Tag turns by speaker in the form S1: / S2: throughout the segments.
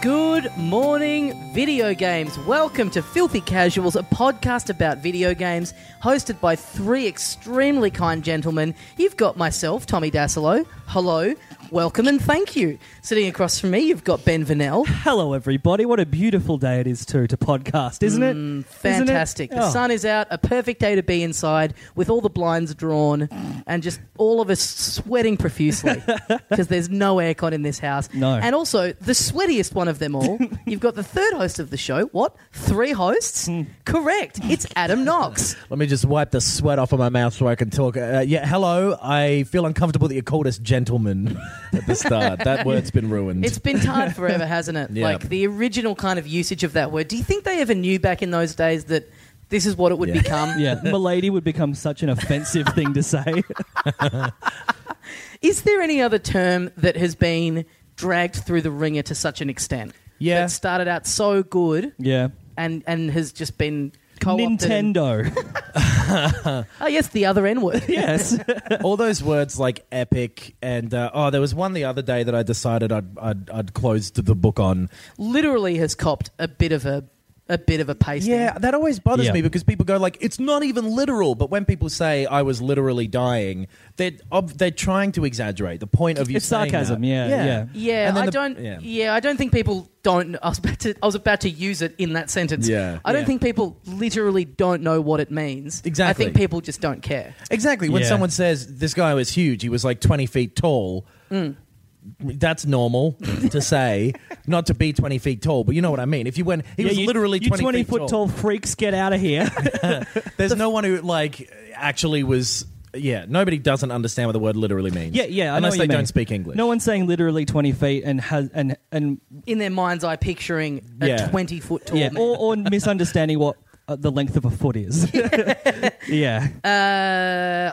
S1: Good morning, video games. Welcome to Filthy Casuals, a podcast about video games hosted by three extremely kind gentlemen. You've got myself, Tommy Dasilo. Hello, welcome, and thank you. Sitting across from me, you've got Ben Vanel.
S2: Hello, everybody. What a beautiful day it is, too, to podcast, isn't
S3: Mm,
S2: it? Isn't it?
S1: Fantastic. The
S2: Oh.
S1: sun is out, a perfect day to be inside with all the blinds drawn and just all of us sweating profusely because there's no aircon in this house.
S2: No.
S1: And also, the sweatiest one of them all, you've got the third host of the show. What? Three hosts?
S2: Hmm.
S1: Correct. It's Adam Knox.
S3: Let me just wipe the sweat off of my mouth so I can talk. Uh, yeah, hello. I feel uncomfortable that you called us gentlemen at the start. that word's been ruined.
S1: It's been tarred forever, hasn't it?
S3: Yeah.
S1: Like the original kind of usage of that word. Do you think they ever knew back in those days that this is what it would
S3: Yeah.
S1: become?
S2: Yeah, milady would become such an offensive thing to say.
S1: Is there any other term that has been dragged through the ringer to such an extent?
S3: Yeah.
S1: That started out so good
S2: Yeah.
S1: and, and has just been co opted.
S2: Nintendo.
S1: Oh, yes, the other N word.
S2: yes.
S3: All those words like epic and uh, oh, there was one the other day that I decided I'd I'd, I'd close the book on.
S1: Literally has copped a bit of a, a bit of a pasting.
S3: Yeah, that always bothers
S2: Yeah.
S3: me because people go like, "It's not even literal." But when people say I was literally dying, they're ob- they're trying to exaggerate the point of you.
S2: It's
S3: saying
S2: sarcasm,
S3: that.
S2: yeah, yeah.
S1: Yeah,
S3: And then
S1: I
S3: the-
S1: don't. Yeah.
S3: yeah.
S1: I don't think people don't. I was about to. I was about to use it in that sentence.
S3: Yeah.
S1: I don't
S2: Yeah.
S1: think people literally don't know what it means. I
S3: Exactly.
S1: think people just don't care.
S3: Exactly. When
S2: Yeah.
S3: someone says this guy was huge, he was like twenty feet tall. That's normal
S2: Mm.
S3: to say, not to be twenty feet tall, but you know what I mean. If you went, he was
S2: you,
S3: literally
S2: you
S3: 20,
S2: 20
S3: feet
S2: foot tall. freaks, get out of here.
S3: There's no one who like actually was. Yeah, nobody doesn't understand what the word literally means.
S2: yeah, yeah. I know
S3: unless
S2: what
S3: they
S2: you mean.
S3: don't speak English.
S2: No one's saying literally 20 feet and has, and, and
S1: In their mind's eye, picturing a
S3: Yeah.
S1: twenty foot tall
S2: yeah,
S1: man.
S2: or, or misunderstanding what uh, the length of a foot is. yeah.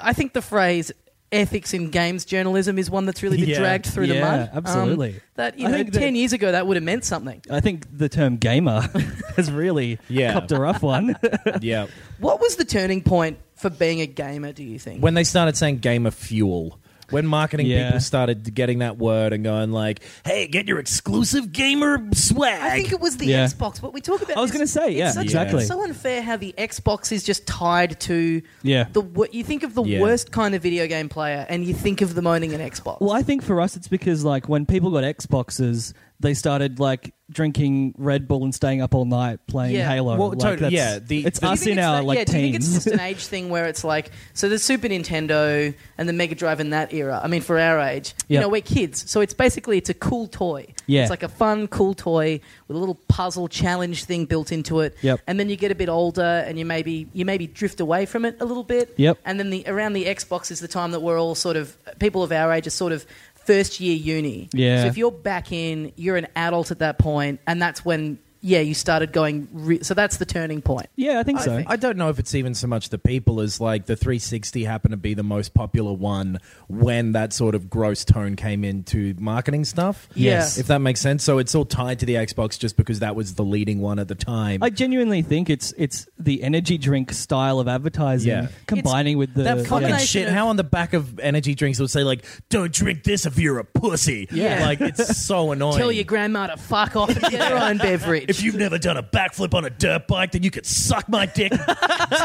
S1: Uh, I think the phrase ethics in games journalism is one that's really been
S3: Yeah.
S1: dragged through the
S2: Yeah,
S1: mud. Um,
S2: absolutely.
S1: that you
S2: I
S1: know,
S2: think that-
S1: ten years ago that would have meant something.
S2: I think the term gamer has really
S3: Yeah.
S2: copped a rough one.
S3: Yeah,
S1: What was the turning point for being a gamer? Do you think?
S3: when they started saying gamer fuel. When marketing
S2: Yeah.
S3: people started getting that word and going like, "Hey, get your exclusive gamer swag."
S1: I think it was the
S2: Yeah.
S1: Xbox. What we talk about.
S2: I was
S1: is-
S2: gonna say,
S1: it's
S2: yeah,
S1: such-
S2: exactly.
S1: It's so unfair how the Xbox is just tied to
S2: Yeah.
S1: the. wo- You think of the
S3: Yeah.
S1: worst kind of video game player, and you think of them owning an Xbox.
S2: Well, I think for us, it's because like when people got Xboxes, they started like drinking Red Bull and staying up all night playing
S1: Yeah.
S2: Halo.
S3: Well,
S2: like,
S3: totally,
S2: that's-
S3: yeah, the-
S2: it's
S3: the-
S1: Do you
S2: us
S1: think
S2: in
S1: it's
S2: our
S1: that-
S2: like
S1: yeah,
S2: teens.
S1: Do you think it's just an age thing where it's like so the Super Nintendo and the Mega Drive in that era? I mean, for our age, you
S2: Yeah.
S1: know, we're kids, so it's basically it's a cool toy.
S2: Yeah.
S1: it's like a fun, cool toy with a little puzzle challenge thing built into it.
S2: Yep.
S1: And then you get a bit older, and you maybe you maybe drift away from it a little bit.
S2: Yep.
S1: And then the around the Xbox is the time that we're all sort of people of our age are sort of. First year uni.
S2: Yeah.
S1: So if you're back in, you're an adult at that point, and that's when, yeah, you started going. Re- so that's the turning point.
S2: yeah, I think so.
S3: I don't know if it's even so much the people as like the 360 happened to be the most popular one when that sort of gross tone came into marketing stuff.
S1: Yes.
S3: If that makes sense. So it's all tied to the Xbox just because that was the leading one at the time.
S2: I genuinely think it's it's the energy drink style of advertising
S3: Yeah.
S2: combining with the
S3: that fucking
S1: combination
S3: shit.
S1: of-
S3: How on the back of energy drinks will say like, "Don't drink this if you're a pussy."
S1: Yeah.
S3: like it's so annoying.
S1: Tell your grandma to fuck off and get her own beverage.
S3: If you've never done a backflip on a dirt bike, then you could suck my dick.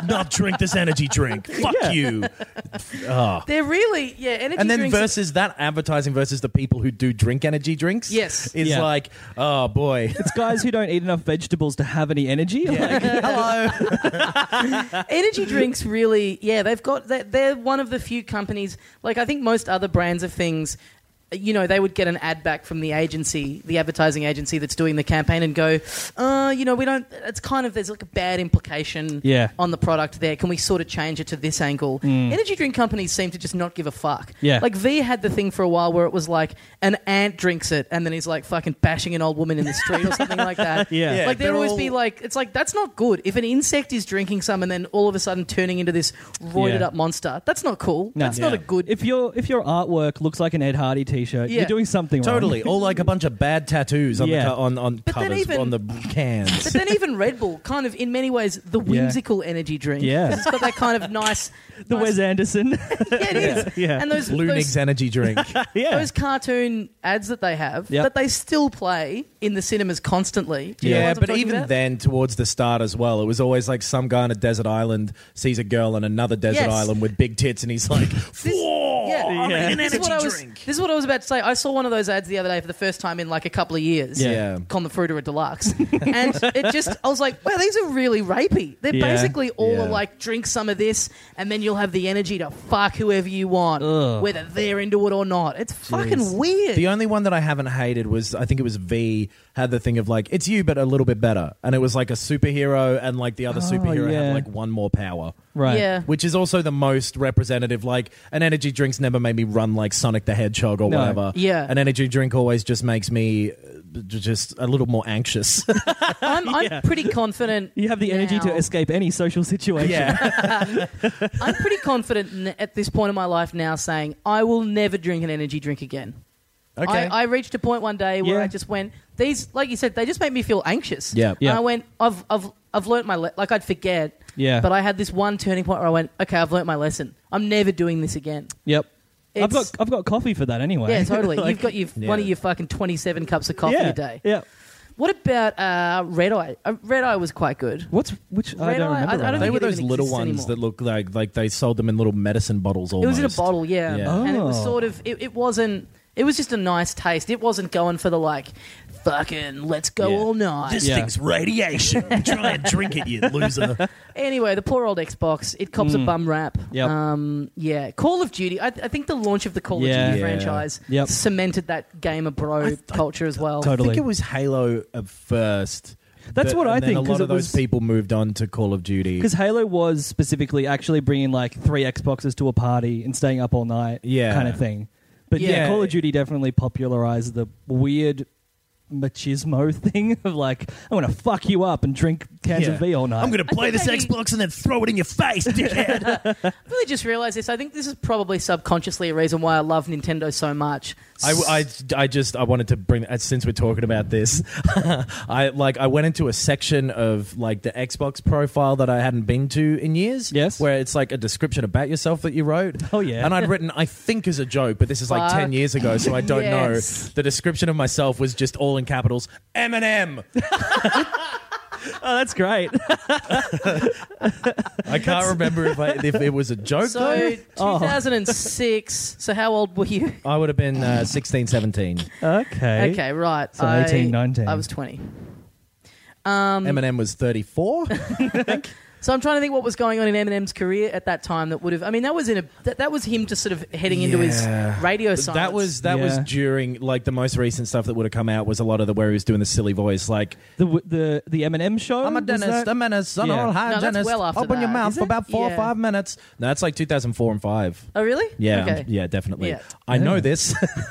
S3: not drink this energy drink. Fuck you.
S1: They're really yeah. Energy
S3: and then
S1: drinks are-
S3: versus that advertising versus the people who do drink energy drinks.
S1: Yes.
S3: is
S2: Yeah.
S3: like, oh boy,
S2: It's guys who don't eat enough vegetables to have any energy. Like,
S3: hello.
S1: energy drinks really yeah. They've got they're, they're one of the few companies. Like I think most other brands of things. you know, they would get an ad back from the agency, the advertising agency that's doing the campaign, and go, uh, you know, we don't. It's kind of there's like a bad implication
S2: Yeah. Mm.
S1: on the product there. Can we sort of change it to this angle? Energy drink companies seem to just not give a fuck.
S2: Yeah.
S1: like V had the thing for a while where it was like an ant drinks it, and then he's like fucking bashing an old woman in the street or something like that.
S2: Yeah. Yeah,
S1: like
S3: they're
S1: there'd always
S3: all-
S1: be like, it's like that's not good. If an insect is drinking some and then all of a sudden turning into this roided
S2: Yeah.
S1: up monster, that's not cool.
S2: No.
S1: That's not a good.
S2: If your if your artwork looks like an Ed Hardy T-shirt,
S1: Yeah.
S2: you're doing something wrong.
S3: Totally, or like a bunch of bad tattoos on
S2: Yeah.
S3: the co- on on
S1: then
S3: covers
S1: even-
S3: on the cans.
S1: But then even Red Bull, kind of in many ways, the whimsical energy drink.
S2: Yeah.
S1: 'Cause it's got that kind of nice.
S2: The
S1: nice-
S2: Wes Anderson.
S1: Yeah, it is.
S2: Yeah.
S1: And those
S3: Lunig's
S1: those,
S3: energy drink.
S2: yeah.
S1: those cartoon ads that they have
S2: Yep.
S1: that they still play in the cinemas constantly. Do you know the
S3: Yeah,
S1: ones I'm
S3: but
S1: talking
S3: even
S1: about?
S3: then, towards the start as well, it was always like some guy on a desert island sees a girl on another desert
S1: Yes.
S3: island with big tits, and he's like,
S1: This-
S3: "Whoa,
S1: yeah.
S3: I'm
S2: Yeah.
S3: an
S1: This is
S3: energy
S1: what I was.
S3: drink."
S1: This is what I was about to say. I saw one of those ads the other day for the first time in like a couple of years.
S3: Yeah.
S1: Con the Fruiterer Deluxe, and it just I was like, wow, these are really rapey. They're
S2: Yeah.
S1: basically all
S3: Yeah.
S1: like, drink some of this, and then you'll have the energy to fuck whoever you want, whether they're into it or not. It's fucking weird.
S3: The only one that I haven't hated was I think it was V had the thing of like it's you but a little bit better, and it was like a superhero and like the other superhero
S2: Oh, yeah.
S3: had like one more power.
S2: right.
S1: Yeah.
S3: Which is also the most representative. Like an energy drink's never made me run like Sonic the Hedgehog or
S2: No.
S3: whatever.
S1: Yeah.
S3: an energy drink always just makes me uh, j- just a little more anxious.
S1: I'm, I'm pretty confident.
S2: You have the energy to
S1: now-
S2: escape any social situation.
S1: I'm pretty confident n- at this point in my life now, saying I will never drink an energy drink again.
S3: okay.
S1: I, I reached a point one day where
S2: Yeah.
S1: I just went, these, like you said, they just make me feel anxious.
S3: Yeah.
S2: Yeah.
S1: And I went, I've, I've, I've learnt my, le- like I'd forget.
S2: Yeah.
S1: But I had this one turning point where I went, okay, I've learnt my lesson. I'm never doing this again.
S2: Yep. I've
S1: It's-
S2: got I've got coffee for that anyway.
S1: Yeah, totally.
S2: Like,
S1: You've got your,
S3: Yeah.
S1: one of your fucking 27 cups of coffee
S2: yeah,
S1: a day.
S2: Yeah.
S1: What about uh, Red Eye? Uh, Red Eye was quite good.
S2: What's which? I
S1: Red Eye-
S2: don't
S1: I-
S2: remember.
S1: I
S2: right
S1: don't
S2: now.
S3: they
S1: think
S3: were
S1: it
S3: those
S1: even
S3: little
S1: exists
S3: ones
S1: anymore.
S3: that look like like they sold them in little medicine bottles. Almost.
S1: It was in a bottle, yeah.
S3: Yeah.
S1: And it was
S2: Oh.
S1: sort of it, it wasn't it was just a nice taste. It wasn't going for the like fucking let's go
S3: Yeah.
S1: all night.
S2: Yeah.
S3: radiation. Try and drink it, you loser.
S1: Anyway, the poor old Xbox, it cops
S2: Mm.
S1: a bum rap.
S2: Yep.
S1: Um, yeah. Call of Duty. I, I think the launch of the Call
S2: Yeah.
S1: of Duty
S2: Yeah.
S1: franchise
S2: Yep.
S1: cemented that gamer bro culture as well.
S2: Totally.
S3: I think it was Halo at first.
S2: That's
S3: Th-
S2: what I
S3: and then
S2: think,
S3: A
S2: 'cause
S3: lot of
S2: it
S3: those
S2: was-
S3: people moved on to Call of Duty.
S2: Because Halo was specifically actually bringing like three Xboxes to a party and staying up all night,
S3: Yeah.
S2: kind of thing. But yeah.
S3: Yeah.
S2: Call of Duty definitely popularized the weird machismo thing of like, I'm gonna fuck you up and drink cans
S3: Yeah.
S2: of V all night.
S3: gonna
S1: I think they-
S3: and then throw it in your face, dickhead.
S1: I really just realized this. I think this is probably subconsciously a reason why I love Nintendo so much.
S3: I, I, I just I wanted to bring uh, since we're talking about this, I like I went into a section of like the Xbox profile that I hadn't been to in years.
S2: Yes.
S3: where it's like a description about yourself that you wrote.
S2: Oh, yeah.
S3: and I'd written I think as a joke, but this is like ten
S1: Fuck.
S3: years ago, so I don't
S1: Yes.
S3: know. The description of myself was just all in capitals Eminem.
S2: oh, that's great.
S3: I can't remember if I, if it was a joke.
S1: so
S3: though.
S1: 2006. So how old were you?
S3: I would have been uh, 16, 17.
S2: okay.
S1: Okay, right.
S2: So
S1: I-
S2: 18, 19.
S1: I was 20.
S3: Eminem was 34.
S1: So I'm trying to think what was going on in Eminem's career at that time that would have. I mean, that was in a that, that was him just sort of heading into his
S3: Yeah.
S1: radio silence.
S3: That was that was
S2: Yeah.
S3: during like the most recent stuff that would have come out was a lot of the where he was doing the silly voice like
S2: The w- the the Eminem show.
S3: I'm a
S2: was
S3: dentist,
S2: that-
S3: a menace, an
S2: Yeah.
S3: oral
S2: No,
S1: that's
S3: hygienist.
S1: well after
S3: Open your
S1: that.
S3: mouth
S1: Is
S3: for
S1: it?
S3: about four
S1: Yeah.
S3: or five minutes. No, that's like 2004 and five.
S1: Oh really?
S3: Yeah,
S1: Okay.
S3: yeah, definitely.
S1: Yeah.
S3: I know this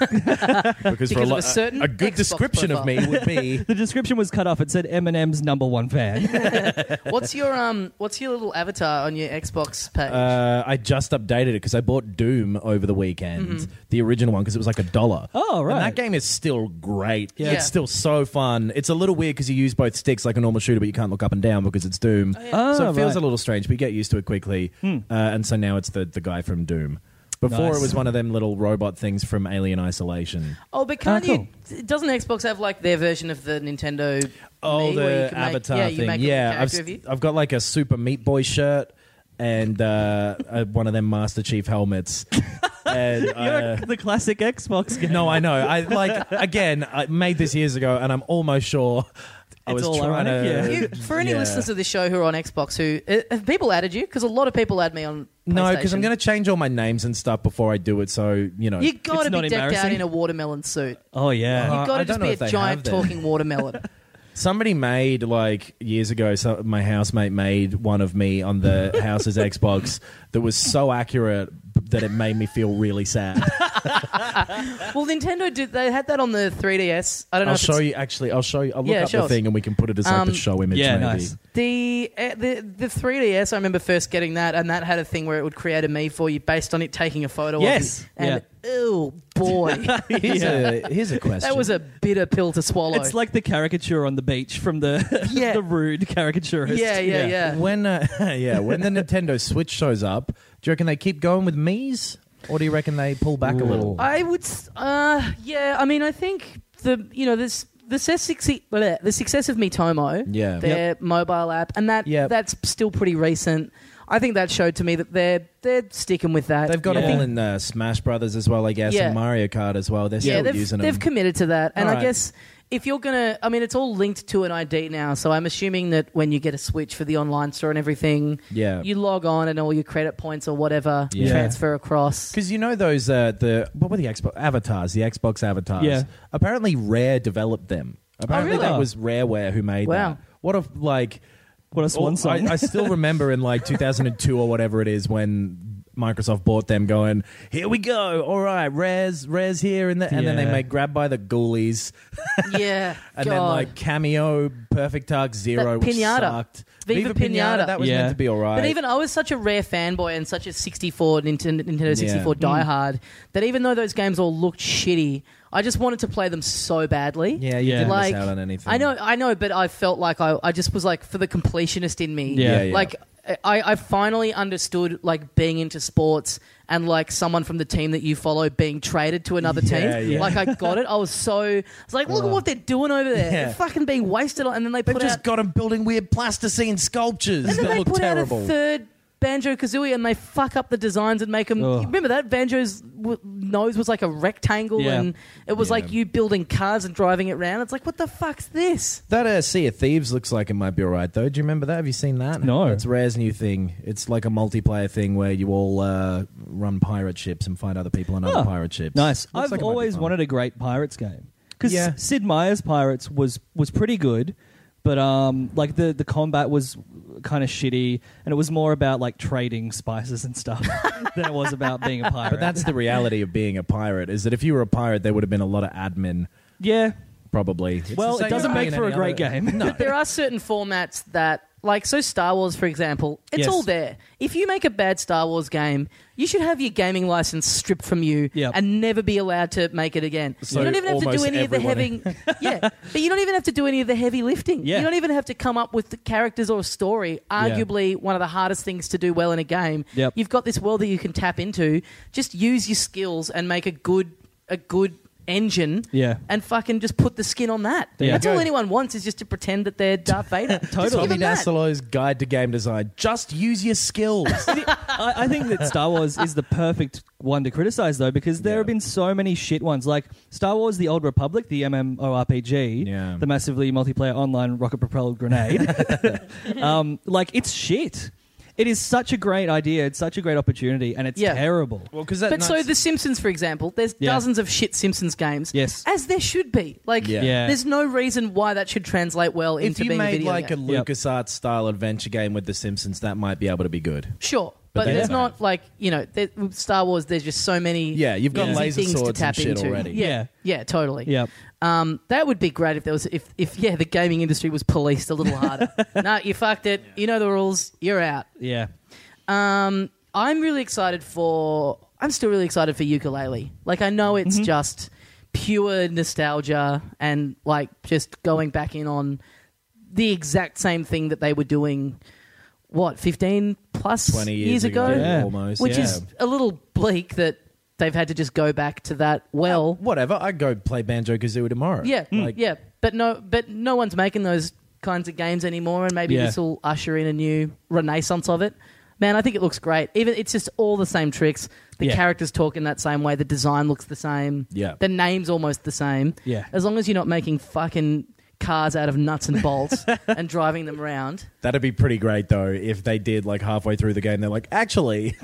S3: because, for
S1: of
S3: lo-
S1: a certain
S3: a good
S1: Xbox
S3: description of me would be
S2: The description was cut off. It said Eminem's number one fan.
S1: What's your um? What's your little avatar on your Xbox page?
S3: Uh, I just updated it because I bought Doom over the weekend,
S1: Mm-hmm.
S3: the original one, because it was like a dollar.
S2: Oh, right.
S3: And that game is still great.
S1: Yeah.
S3: It's still so fun. It's a little weird because you use both sticks like a normal shooter, but you can't look up and down because it's Doom.
S2: Oh,
S3: so it feels
S2: right.
S3: a little strange, but you get used to it quickly. Uh, and so now it's the, the guy from Doom. Before
S2: Nice.
S3: it was one of them little robot things from Alien Isolation.
S1: oh, but can't
S3: Ah,
S2: uh,
S1: you? Doesn't Xbox have like their version of the Nintendo?
S3: Oh,
S1: Mii where you
S3: the
S1: can make-
S3: avatar
S1: yeah, you
S3: thing.
S1: make a
S3: yeah, I've,
S1: character of
S3: s-
S1: you?
S3: I've got like a Super Meat Boy shirt and uh, uh, one of them Master Chief helmets. and, uh,
S2: the classic Xbox game.
S3: No, I know. I like again. I made this years ago, and I'm almost sure I
S2: It's
S3: was
S2: all
S3: trying
S2: ironic,
S3: to.
S2: yeah.
S1: You, for any
S3: Yeah.
S1: listeners of this show who are on Xbox, who uh, have people added you? Because a lot of people add me on.
S3: No, because I'm
S1: PlayStation.
S3: going to change all my names and stuff before I do it. So you know,
S1: You got
S2: It's
S1: to
S2: not
S1: be decked out
S2: embarrassing.
S1: in a watermelon suit.
S2: Oh yeah.
S3: Uh,
S1: You've got
S3: I
S1: to just
S3: don't know
S1: be
S3: if they
S1: a giant
S3: have that.
S1: talking watermelon.
S3: somebody made like years ago. So my housemate made one of me on the house's Xbox that was so accurate that it made me feel really sad.
S1: well, Nintendo did. They had that on the 3DS. I don't know.
S3: I'll
S1: if
S3: show
S1: it's-
S3: you. Actually, I'll show you. I'll look
S1: Yeah, Um,
S3: up
S1: show
S3: the
S1: us.
S3: thing and we can put it as like the show image.
S2: yeah,
S3: maybe.
S2: nice.
S1: The, uh, the the 3DS. I remember first getting that, and that had a thing where it would create a me for you based on it taking a photo.
S3: Yes.
S1: Of you. And ew, boy,
S3: Here's, a, here's a question.
S1: that was a bitter pill to swallow.
S2: It's like the caricature on the beach from the
S1: Yeah.
S2: the rude caricaturist.
S1: yeah, yeah, yeah.
S3: When uh, yeah, when the Nintendo Switch shows up, do you reckon they keep going with Mii's, or do you reckon they pull back a little?
S1: I would. s- Uh, yeah. I mean, I think the you know this the success bleh, the success of Mitomo.
S3: Yeah.
S1: Their mobile app, and that
S3: Yep.
S1: that's still pretty recent. I think that showed to me that they're they're sticking with that.
S3: They've got
S2: Yeah.
S3: them all in uh, Smash Brothers as well, I guess,
S1: Yeah.
S3: and Mario Kart as well. They're
S1: yeah,
S3: still
S1: they've,
S3: using
S1: they've
S3: them.
S1: committed to that. And
S3: All
S1: I
S3: right.
S1: guess if you're going to, I mean, it's all linked to an ID now. So I'm assuming that when you get a Switch for the online store and everything,
S3: Yeah.
S1: you log on and all your credit points or whatever
S3: Yeah.
S1: transfer across.
S3: because you know those uh, the what were the Xbox avatars, the Xbox avatars.
S2: Yeah.
S3: Apparently, Rare developed them. Apparently,
S1: Oh, really?
S3: that was Rareware who made
S1: Wow.
S3: that. What if like
S2: What a swan
S3: Oh, I,
S2: song.
S3: I still remember in like 2002 or whatever it is when Microsoft bought them, going, "Here we go, all right, Rare's Rare's here," and, the, and then they
S2: Yeah.
S3: make grab by the ghoulies,
S1: yeah.
S3: and
S1: God.
S3: then like cameo, perfect dark zero,
S1: That
S3: which
S1: Pinata.
S3: sucked.
S1: Viva Pinata.
S3: that was
S2: Yeah.
S3: meant to be all right.
S1: But even I was such a rare fanboy and such a 64 Nintendo, Nintendo 64
S3: Yeah. Mm.
S1: diehard that even though those games all looked shitty, I just wanted to play them so badly.
S3: yeah, you
S2: Yeah.
S3: didn't
S1: like
S3: miss out on anything.
S1: I know, I know, but I felt like I, I just was like for the completionist in me.
S2: Yeah. Yeah,
S3: yeah.
S1: Like I, I finally understood like being into sports and like someone from the team that you follow being traded to another
S3: Yeah,
S1: team.
S3: yeah.
S1: Like I got it. I was so. I was like, look at what they're doing over there.
S3: Yeah.
S1: They're fucking being wasted on. And then they
S3: They've
S1: put
S3: just
S1: out,
S3: got them building weird plasticine sculptures
S1: and then
S3: that
S1: they
S3: look
S1: put
S3: terrible.
S1: out a third. Banjo Kazooie, and they fuck up the designs and make them.
S2: Ugh.
S1: Remember that Banjo's w- nose was like a rectangle,
S2: Yeah.
S1: and it was like you building cars and driving it around. It's like, what the fuck's this?
S3: That uh, Sea of Thieves looks like it might be alright though. Do you remember that? Have you seen that?
S2: No.
S3: It's Rare's new thing. It's like a multiplayer thing where you all uh, run pirate ships and find other people on other
S2: Oh,
S3: pirate ships.
S2: Nice.
S3: Looks
S2: I've
S3: like it might be
S2: always
S3: fun.
S2: wanted a great pirates game because
S3: Yeah.
S2: Sid Meier's Pirates was was pretty good, but um, like the the combat was kind of shitty, and it was more about like trading spices and stuff than it was about being a pirate.
S3: But that's the reality of being a pirate is that if you were a pirate, there would have been a lot of admin,
S2: yeah.
S3: probably. It's
S2: Well,
S3: the
S2: it
S3: same
S2: doesn't
S3: as
S2: make
S3: being
S2: for a
S3: any
S2: great
S3: other-
S2: game.
S3: No.
S1: there are certain formats that like so Star Wars for example, it's
S2: Yes.
S1: all there. If you make a bad Star Wars game, you should have your gaming license stripped from you
S2: Yep.
S1: and never be allowed to make it again.
S3: So
S1: you don't even have to do
S3: almost
S1: any of
S3: everyone-
S1: the heavy Yeah, but you don't even have to do any of the heavy lifting.
S2: Yeah.
S1: You don't even have to come up with the characters or a story, arguably one of the hardest things to do well in a game.
S2: Yep.
S1: You've got this world that you can tap into. Just use your skills and make a good a good engine
S2: Yeah.
S1: and fucking just put the skin on that.
S2: you
S1: That's
S2: go.
S1: all anyone wants is just to pretend that they're Darth Vader.
S2: Totally.
S3: Tommy
S1: Even that.
S3: Dassilot's Guide to Game Design. Just use your skills.
S2: I, I think that Star Wars is the perfect one to criticize, though, because there
S3: Yeah.
S2: have been so many shit ones. Like Star Wars: The Old Republic, the MMORPG,
S3: Yeah.
S2: the massively multiplayer online rocket-propelled grenade. um, like it's shit. It is such a great idea. It's such a great opportunity, and it's
S1: Yeah.
S2: terrible.
S3: well, because that
S1: But so The Simpsons, for example, there's
S2: Yeah.
S1: dozens of shit Simpsons games.
S2: Yes.
S1: As there should be. Like,
S3: Yeah.
S2: Yeah.
S1: there's no reason why that should translate well
S3: if
S1: into
S3: you
S1: being a
S3: made
S1: video
S3: like
S1: game.
S3: a
S2: Yep.
S3: LucasArts style adventure game with The Simpsons, that might be able to be good.
S1: Sure.
S3: But
S1: But,
S3: they
S1: there's
S3: don't
S1: not
S3: have.
S1: like, you know, there, with Star Wars, there's just so many
S3: Yeah, you've got
S1: easy
S3: laser
S1: things to
S3: swords
S1: tap
S3: and shit
S1: into.
S3: already.
S1: Yeah.
S2: Yeah.
S1: yeah. totally.
S2: Yep.
S1: Um, that would be great if there was if if yeah, the gaming industry was policed a little harder. no, you fucked it. You know the rules. You're out.
S2: Yeah.
S1: Um, I'm really excited for. I'm still really excited for ukulele. Like I know it's just pure nostalgia and like just going back in on the exact same thing that they were doing. What 15 plus
S3: 20 years
S1: ago,
S3: ago,
S2: Yeah.
S3: almost,
S1: which
S3: yeah.
S1: is a little bleak that they've had to just go back to that. Well,
S3: Whatever, I'd go play Banjo Kazooie tomorrow.
S1: yeah, Mm.
S2: Hmm.
S3: Like,
S1: yeah, but no, but no one's making those kinds of games anymore, and maybe
S2: Yeah.
S1: this will usher in a new renaissance of it. Man, I think it looks great. Even it's just all the same tricks. The
S2: Yeah.
S1: characters talk in that same way. The design looks the same.
S3: Yeah.
S1: the name's almost the same.
S2: Yeah.
S1: as long as you're not making fucking cars out of nuts and bolts and driving them around.
S3: That'd be pretty great though if they did like halfway through the game. They're like, actually,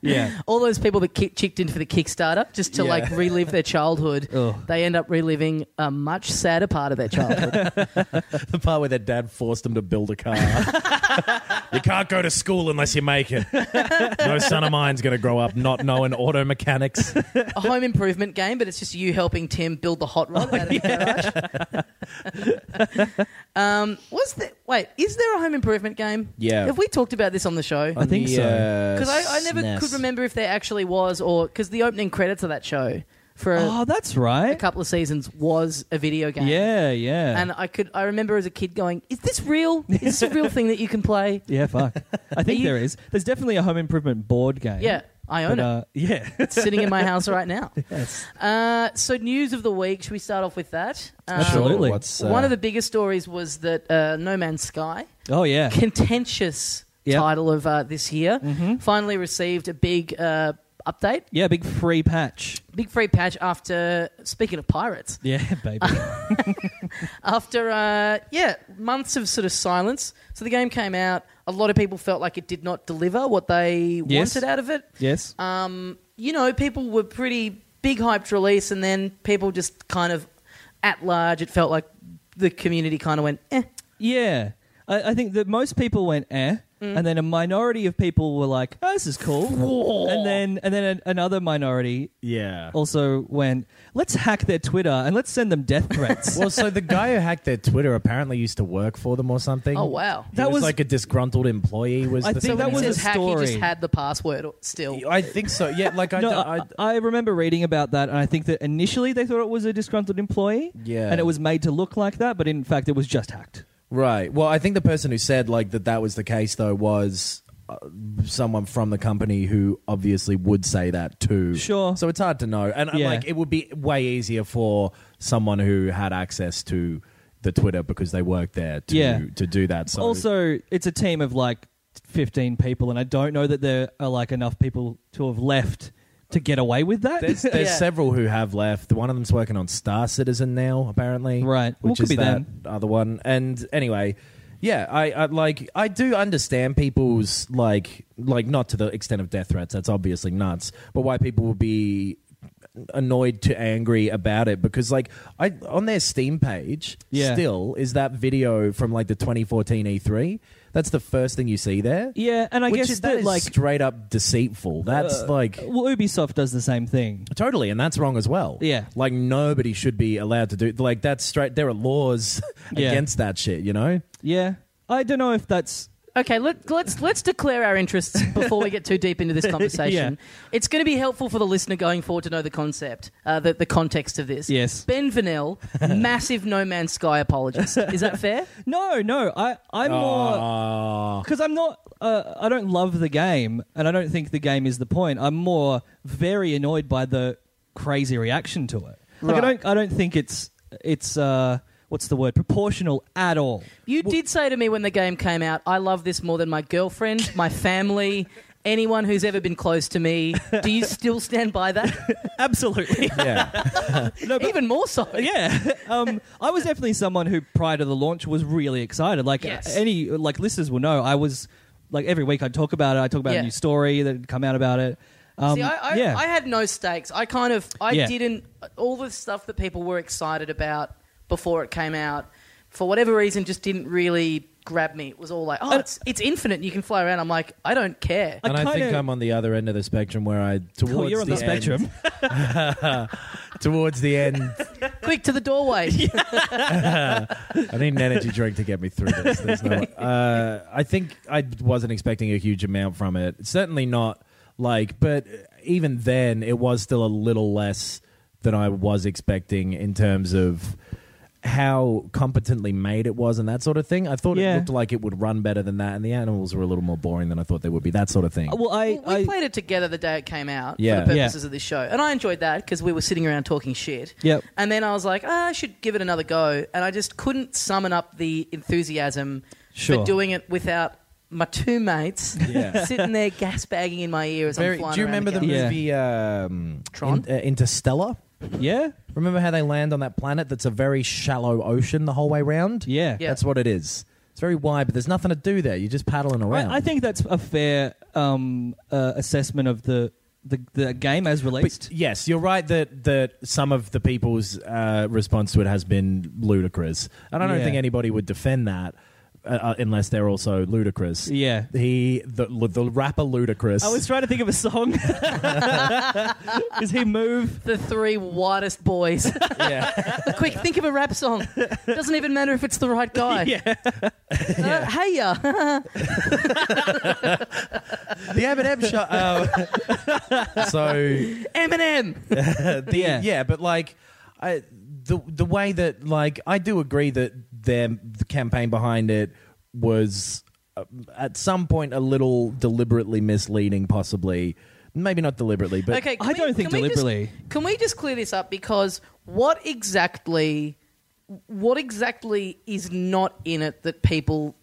S2: yeah.
S1: All those people that kick- chicked in for the Kickstarter just to
S3: Yeah.
S1: like relive their childhood,
S2: Ugh.
S1: they end up reliving a much sadder part of their childhood.
S3: the part where their dad forced them to build a car. you can't go to school unless you make it. No son of mine's gonna grow up not knowing auto mechanics.
S1: a home improvement game, but it's just you helping Tim build the hot rod. out of the garage. um, was the wait? Is there a home improvement game?
S3: Yeah.
S1: Have we talked about this on the show?
S2: I think so.
S3: uh,
S1: Because I, I never could remember if there actually was, or because the opening credits of that show for a,
S2: Oh, that's
S1: a
S2: right.
S1: couple of seasons was a video game.
S2: Yeah, yeah.
S1: And I could I remember as a kid going, "Is this real? Is this a real thing that you can play?"
S2: yeah, fuck. I think
S1: you-
S2: there is. There's definitely a home improvement board game.
S1: Yeah, I own
S2: But,
S1: it.
S2: uh, yeah.
S1: It's sitting in my house right now.
S2: yes.
S1: Uh, so news of the week. Should we start off with that? Um,
S2: Absolutely.
S1: One of the biggest stories was that uh, No Man's Sky,
S2: Oh, yeah.
S1: contentious
S2: Yep. Mm-hmm.
S1: title of uh, this year, finally received a big uh, update,
S2: Yeah, big free patch.
S1: big free patch after. Speaking of pirates,
S2: Yeah, baby.
S3: Uh,
S1: after uh, yeah months of sort of silence. So the game came out. A lot of people felt like it did not deliver what they
S2: Yes.
S1: wanted out of it.
S2: yes.
S3: uh,
S1: You know, people were pretty big hyped release, and then people just kind of at large. It felt like the community kind of went, eh.
S2: yeah. I, I think that most people went eh,
S3: Mm.
S2: and then a minority of people were like, "Oh, this is cool," and then and then a, another minority
S3: Yeah.
S2: also went, "Let's hack their Twitter and let's send them death threats."
S3: Well, so the guy who hacked their Twitter apparently used to work for them or something.
S1: Oh, wow.
S3: that
S2: That
S3: was,
S2: was-
S3: like a disgruntled employee. Was
S2: I
S3: the
S2: think
S3: thing.
S2: that
S1: He
S2: was a
S1: says hack, he just
S2: story.
S1: had the password still.
S3: I think so. Yeah, like I,
S2: no,
S3: don't- I,
S2: I, I remember reading about that, and I think that initially they thought it was a disgruntled employee,
S3: Yeah.
S2: and it was made to look like that, but in fact, it was just hacked.
S3: right. Well, I think the person who said like that that was the case though was uh, someone from the company who obviously would say that too.
S2: Sure.
S3: So it's hard to know, and I'm
S2: Yeah.
S3: like it would be way easier for someone who had access to the Twitter because they worked there to
S2: Yeah.
S3: to do that. So
S2: Also, it's a team of like 15 people, and I don't know that there are like enough people to have left to get away with that.
S3: There's, there's
S1: Yeah.
S3: several who have left. One of them's working on Star Citizen now, apparently.
S2: Right. Well,
S3: which
S2: could
S3: is
S2: be
S3: that
S2: them.
S3: other one. And anyway, yeah, I, I like I do understand people's like like not to the extent of death threats. That's obviously nuts. But why people would be annoyed to angry about it because like I on their Steam page
S2: Yeah.
S3: still is that video from like the 2014 E3. That's the first thing you see there.
S2: Yeah, and I
S3: Which
S2: guess
S3: is,
S2: that,
S3: that is
S2: like- Uh,
S3: straight up deceitful. That's like
S2: well, Ubisoft does the same thing.
S3: Totally, and that's wrong as well.
S2: Yeah.
S3: like nobody should be allowed to do like that's straight. There are laws
S2: Yeah.
S3: against that shit. You know,
S2: Yeah. I don't know if that's.
S1: Okay, let, let's let's declare our interests before we get too deep into this conversation. It's going to be helpful for the listener going forward to know the concept, uh, the, the context of this.
S2: Yes.
S1: Ben Vanel, massive No Man's Sky apologist. Is that fair?
S2: No, no. I, I'm more.
S3: Ah.
S2: Because I'm not. Uh, I don't love the game, and I don't think the game is the point. I'm more very annoyed by the crazy reaction to it. Like,
S1: Right.
S2: I don't, I don't think it's. it's uh, What's the word? Proportional at all.
S1: You did say to me when the game came out, I love this more than my girlfriend, my family, anyone who's ever been close to me. Do you still stand by that?
S2: Absolutely.
S3: yeah,
S2: no, but-
S1: Even more so.
S2: yeah. Um, I was definitely someone who, prior to the launch, was really excited. Like
S1: Yes.
S2: any like listeners will know, I was like every week I'd talk about it. I talk about
S1: Yeah.
S2: a new story that had come out about it. Um,
S1: See, I, I,
S2: yeah.
S1: I had no stakes. I kind of, I
S2: Yeah.
S1: didn't. All the stuff that people were excited about before it came out, for whatever reason, just didn't really grab me. It was all like, oh, it's, it's infinite. You can fly around. I'm like, I don't care.
S2: I
S3: and I think
S2: kinda-
S3: I'm on the other end of the spectrum where I towards
S2: Cool, you're on the,
S3: end-
S2: spectrum.
S3: towards the end,
S1: Quick to the doorway.
S3: I need an energy drink to get me through this. There's no, uh, I think I wasn't expecting a huge amount from it. Certainly not like, but even then, it was still a little less than I was expecting in terms of how competently made it was and that sort of thing. I thought it
S2: Yeah.
S3: looked like it would run better than that, and the animals were a little more boring than I thought they would be. That sort of thing.
S2: well, I,
S1: Well, we
S2: I
S1: played it together the day it came out
S3: Yeah.
S1: for the purposes of this show, and I enjoyed that because we were sitting around talking shit.
S2: Yep.
S1: And then I was like, ah, I should give it another go, and I just couldn't summon up the enthusiasm for
S2: Sure.
S1: doing it without my two mates
S3: Yeah.
S1: sitting there gas bagging in my ear as I'm
S3: Very,
S1: flying.
S3: do you
S1: around
S3: remember the
S1: galaxy.
S2: Yeah.
S3: movie um,
S1: Tron?
S3: In- uh, Interstellar?
S2: Yeah?
S3: Remember how they land on that planet that's a very shallow ocean the whole way round?
S2: Yeah.
S1: Yeah.
S3: That's what it is. It's very wide, but there's nothing to do there. You're just paddling around.
S2: I, I think that's a fair um, uh, assessment of the, the, the game as released.
S3: But yes, you're right that that some of the people's uh, response to it has been ludicrous, and I don't
S2: Yeah.
S3: think anybody would defend that. Uh, uh, unless they're also ludicrous,
S2: Yeah.
S3: He the the rapper ludicrous.
S2: I was trying to think of a song. Does he move?
S1: The three whitest boys.
S3: yeah.
S1: Quick, think of a rap song. Doesn't even matter if it's the right guy.
S2: Yeah.
S1: Uh, hey ya.
S3: the Eminem shot. Uh, so
S1: Eminem.
S3: the,
S2: Yeah.
S3: yeah. but like I, the the way that like I do agree that their the campaign behind it was uh, at some point a little deliberately misleading, possibly. Maybe not deliberately, but
S1: okay, can
S2: I
S1: we-
S2: don't think
S1: can we just-
S2: deliberately.
S1: can we just clear this up because what exactly what exactly is not in it that people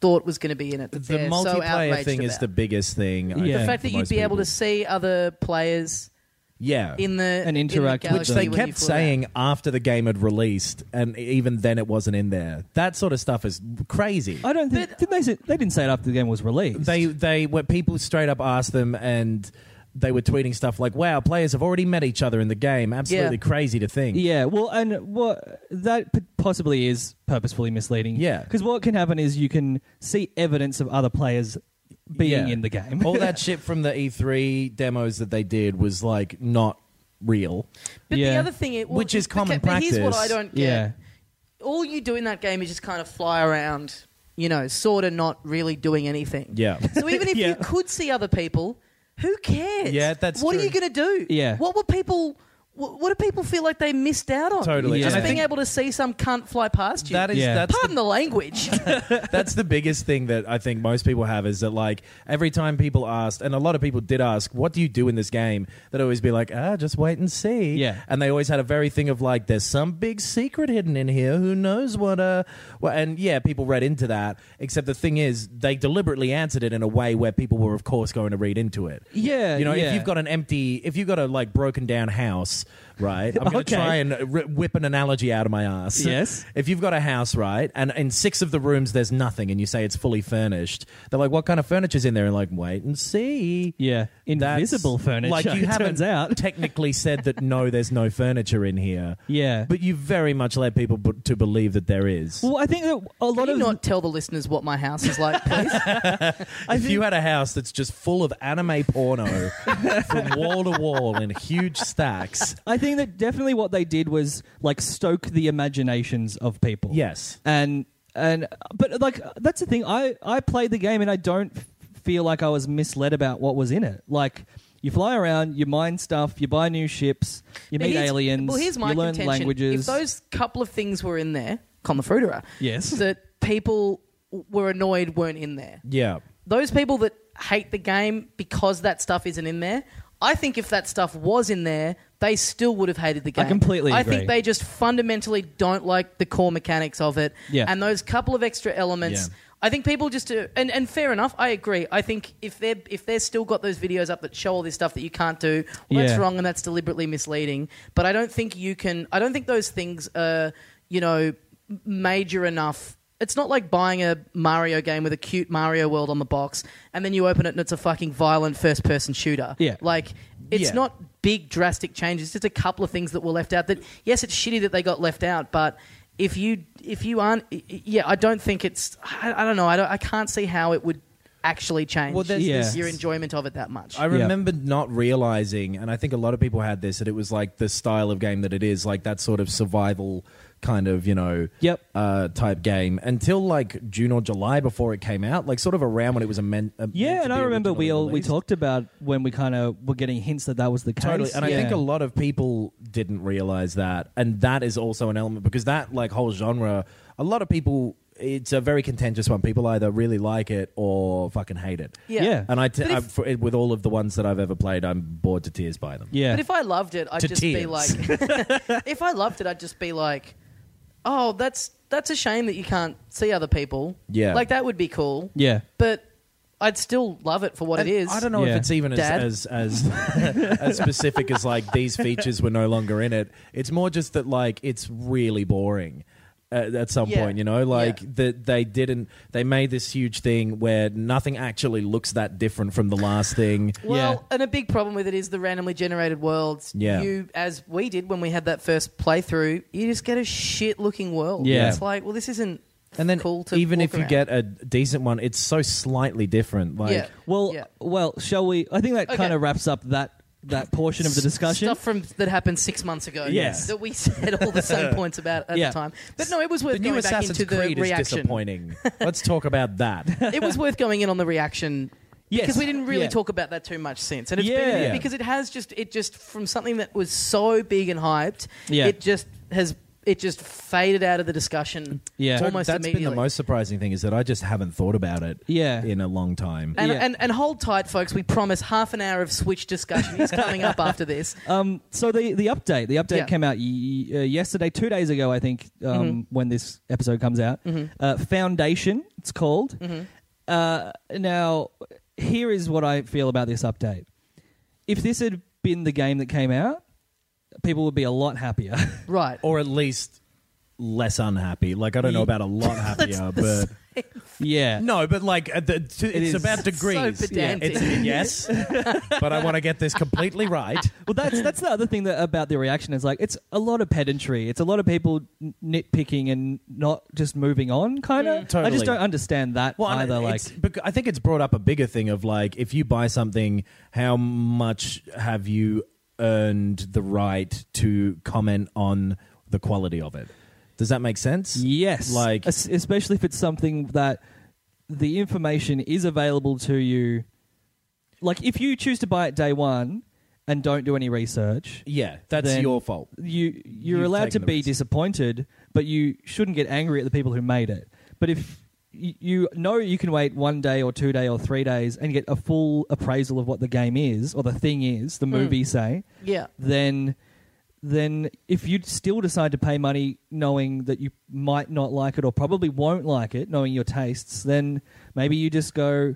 S1: thought was going to be in it? That
S3: the
S1: they're so
S3: multiplayer
S1: outraged
S3: thing is
S1: about?
S3: the biggest thing. I
S2: The
S3: think,
S2: yeah,
S1: the fact
S3: for
S1: that you'd
S3: most
S1: be able to
S3: people.
S1: see other players
S3: yeah,
S1: in the
S2: And
S1: in the
S2: interact with
S1: galaxy
S2: them.
S3: Which they
S1: when you
S3: kept
S1: flew
S3: saying
S1: out.
S3: after the game had released, and even then it wasn't in there. That sort of stuff is crazy.
S2: I don't think. did they, say, they didn't say it after the game was released.
S3: they they were people straight up asked them and they were tweeting stuff like wow players have already met each other in the game absolutely
S1: Yeah.
S3: crazy to think
S2: Yeah, well, and what that p- possibly is purposefully misleading.
S3: Yeah.
S2: because what can happen is you can see evidence of other players being
S3: Yeah.
S2: in the game.
S3: all that shit from the E3 demos that they did was like not real
S1: But the
S2: Yeah.
S1: other thing, it, well,
S3: Which is
S1: okay,
S3: common
S1: but Here's what
S3: practice.
S1: I don't get.
S2: yeah,
S1: All you do in that game is just kind of fly around, you know, sort of not really doing anything.
S3: yeah
S1: So even if
S2: Yeah.
S1: you could see other people, who cares?
S3: Yeah, that's
S1: What are
S3: true.
S1: you going to do?
S2: Yeah.
S1: What will people? What, what do people feel like they missed out on?
S3: Totally.
S1: Just
S2: Yeah. And I
S1: being
S3: think-
S1: able to see some cunt fly past you.
S3: that is
S2: Yeah.
S3: that's the
S1: Pardon the language.
S3: That's the biggest thing that I think most people have is that like every time people asked, and a lot of people did ask, "What do you do in this game?" They'd always be like, "Ah, just wait and see."
S2: Yeah.
S3: and they always had a very thing of like, "There's some big secret hidden in here. Who knows what?" Uh, what? And yeah, people read into that. Except the thing is, they deliberately answered it in a way where people were, of course, going to read into it.
S2: yeah.
S3: You know,
S2: yeah.
S3: if you've got an empty, if you've got a like broken down house, right? I'm going
S2: Okay.
S3: to try and r- whip an analogy out of my ass.
S2: Yes.
S3: If you've got a house, right, and in six of the rooms there's nothing, and you say it's fully furnished, they're like, "What kind of furniture's in there?" And like, wait and see.
S2: yeah,
S3: That's-
S2: invisible furniture.
S3: Like you
S2: it
S3: haven't
S2: turns out.
S3: technically said that no, there's no furniture in here.
S2: Yeah.
S3: But you very much led people b- to believe that there is.
S2: Well, I think that a lot
S1: Can you
S2: of
S1: not tell the listeners what my house is like, please?
S3: if you had a house that's just full of anime porno from wall to wall in huge stacks,
S2: I think that definitely what they did was like stoke the imaginations of people.
S3: Yes.
S2: And and but like that's the thing. I I played the game and I don't f- feel like I was misled about what was in it. Like you fly around, you mine stuff, you buy new ships, you
S1: Now,
S2: meet
S1: here's-
S2: aliens,
S1: Well, here's my
S2: you learn
S1: contention.
S2: languages.
S1: If those couple of things were in there, con the frutera,
S2: Yes.
S1: that people w- were annoyed weren't in there.
S3: yeah.
S1: Those people that hate the game because that stuff isn't in there, I think if that stuff was in there, they still would have hated the
S2: I
S1: game.
S2: completely
S1: I
S2: agree.
S1: think they just fundamentally don't like the core mechanics of it.
S2: Yeah.
S1: And those couple of extra elements.
S3: Yeah.
S1: I think people just do, and, and fair enough. I agree. I think if they're if they're still got those videos up that show all this stuff that you can't do, well,
S2: Yeah.
S1: that's wrong and that's deliberately misleading. But I don't think you can. I don't think those things are you know m- major enough. It's not like buying a Mario game with a cute Mario world on the box, and then you open it and it's a fucking violent first-person shooter.
S2: Yeah.
S1: like it's
S3: Yeah.
S1: not big drastic changes. Just a couple of things that were left out. That yes, it's shitty that they got left out, but if you if you aren't, y- y- yeah, I don't think it's. I, I don't know. I don't. I can't see how it would actually change
S3: Well, there's
S2: Yeah. this-
S1: your enjoyment of it that much.
S3: I
S2: Yeah.
S3: remember not realizing, and I think a lot of people had this, that it was like the style of game that it is, like that sort of survival kind of, you know,
S2: Yep.
S3: uh, type game until like June or July before it came out, like sort of around when it was a men- uh, meant.
S2: yeah,
S3: to
S2: and I
S3: be
S2: remember we
S3: originally
S2: all we
S3: released.
S2: talked about when we kind of were getting hints that that was the case.
S3: Totally, and I think a lot of people didn't realize that, and that is also an element because that like whole genre, a lot of people, it's a very contentious one. People either really like it or fucking hate it.
S1: Yeah.
S2: Yeah.
S3: and I, t-
S1: But if-
S3: I for, with all of the ones that I've ever played, I'm bored to tears by them.
S2: Yeah,
S1: But if I loved it, I'd
S3: To
S1: just be
S3: tears.
S1: like, if I loved it, I'd just be like, oh, that's that's a shame that you can't see other people.
S3: Yeah.
S1: like that would be cool.
S2: yeah.
S1: but I'd still love it for what it is.
S3: I don't know
S2: Yeah.
S3: if it's even
S1: Dad?
S3: as as as, as specific as like these features were no longer in it. It's more just that like it's really boring. At, at some
S1: Yeah.
S3: point, you know, like
S1: Yeah.
S3: that they didn't. They made this huge thing where nothing actually looks that different from the last thing.
S1: Well,
S2: Yeah.
S1: and a big problem with it is the randomly generated worlds.
S3: Yeah.
S1: You, as we did when we had that first playthrough, you just get a shit looking world.
S2: Yeah.
S1: It's like, well, this isn't
S3: And then
S1: cool to
S3: even
S1: walk
S3: if you
S1: around.
S3: get a decent one, it's so slightly different. Like
S1: Yeah.
S2: Well,
S1: Yeah.
S2: well, shall we? I think that
S1: Okay.
S2: kind of wraps up that that portion of the discussion.
S1: Stuff from that happened six months ago.
S2: Yes.
S1: That we said all the same points about at
S2: Yeah.
S1: the time. But no, it was worth
S3: the new
S1: going
S3: Assassin's
S1: back into
S3: Creed
S1: the
S3: is
S1: reaction.
S3: disappointing. Let's talk about that.
S1: it was worth going in on the reaction
S2: Yes.
S1: because we didn't really
S2: Yeah.
S1: talk about that too much since, and it's
S2: Yeah.
S1: been because it has just it just from something that was so big and hyped,
S2: Yeah.
S1: it just has it just faded out of the discussion.
S2: Yeah. So
S1: almost
S3: That's been
S1: immediately.
S3: the most surprising thing is that I just haven't thought about it.
S2: Yeah.
S3: in a long time.
S1: And,
S2: Yeah.
S1: and, and hold tight, folks. We promise half an hour of Switch discussion is coming up after this.
S3: Uh,
S2: Um, so the the update, the update
S1: Yeah. Mm-hmm.
S2: came out y- uh, yesterday, two days ago, I think, um, when this episode comes out. Uh, Foundation, it's called.
S1: Mm-hmm.
S2: Uh, now, here is what I feel about this update. If this had been the game that came out, people would be a lot happier.
S1: Right.
S3: or at least less unhappy. Like I don't know about a lot happier, but
S2: yeah.
S3: no, but like uh, the, t-
S2: is-
S3: it's about degrees.
S1: pedantic.
S3: It's- yes, but I want to get this completely right.
S2: Well, that's that's the other thing that about the reaction is like it's a lot of pedantry. It's a lot of people n- nitpicking and not just moving on. Kind of. I
S3: Totally.
S2: just don't understand that
S3: Well,
S2: either.
S3: and
S2: Like,
S3: it's- bec- I think it's brought up a bigger thing of like if you buy something, how much have you earned the right to comment on the quality of it? Does that make sense?
S2: Yes.
S3: Like
S2: Es- especially if it's something that the information is available to you. Like if you choose to buy it day one and don't do any research,
S3: yeah, that's
S2: Then-
S3: your fault.
S2: you you're
S3: You've
S2: allowed to
S3: taken the
S2: be
S3: risk.
S2: disappointed, but you shouldn't get angry at the people who made it. But if y- you know you can wait one day or two day or three days and get a full appraisal of what the game is or the thing is, the movie say,
S1: Hmm. Yeah.
S2: then then if you still decide to pay money knowing that you might not like it or probably won't like it knowing your tastes then maybe you just go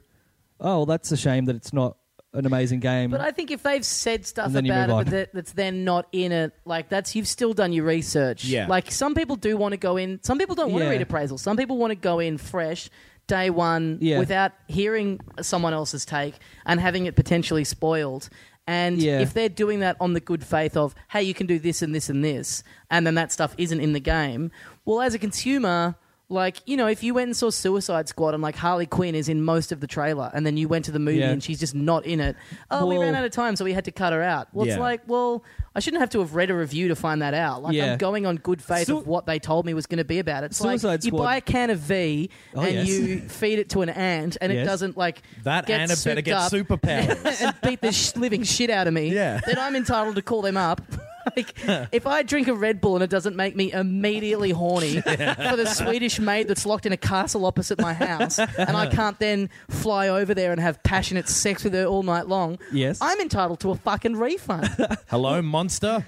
S2: oh well, that's a shame that it's not an amazing game
S1: But I think if they've said stuff
S2: And then you
S1: about it
S2: move
S1: but
S2: on.
S1: that, that's then not in it, like that's you've still done your research.
S3: Yeah.
S1: Like some people do want to go in. Some people don't want to
S2: Yeah.
S1: read appraisals. Some people want to go in fresh, day one,
S2: Yeah.
S1: without hearing someone else's take and having it potentially spoiled. And
S2: Yeah.
S1: if they're doing that on the good faith of, hey, you can do this and this and this, and then that stuff isn't in the game, well, as a consumer, like, you know, if you went and saw Suicide Squad and like Harley Quinn is in most of the trailer, and then you went to the movie
S2: Yeah.
S1: and she's just not in it, oh, we
S2: Well-
S1: ran out of time, so we had to cut her out. Well, it's
S3: Yeah.
S1: like, well, I shouldn't have to have read a review to find that out. Like,
S2: Yeah.
S1: I'm going on good faith
S2: Sui-
S1: of what they told me was going to be about it. It's like
S2: Suicide
S1: you
S2: Squad-
S1: buy a can of V
S2: Oh,
S1: and
S2: yes.
S1: you feed it to an ant, and it
S2: Yes.
S1: doesn't like
S3: That
S1: get
S3: Anna better
S1: souped
S3: get
S1: up
S3: superpowers.
S1: and beat the sh- living shit out of me.
S3: Yeah.
S1: then I'm entitled to call them up. like, if I drink a Red Bull and it doesn't make me immediately horny for the Swedish maid that's locked in a castle opposite my house, and I can't then fly over there and have passionate sex with her all night long,
S2: Yes.
S1: I'm entitled to a fucking refund.
S3: Hello, monster.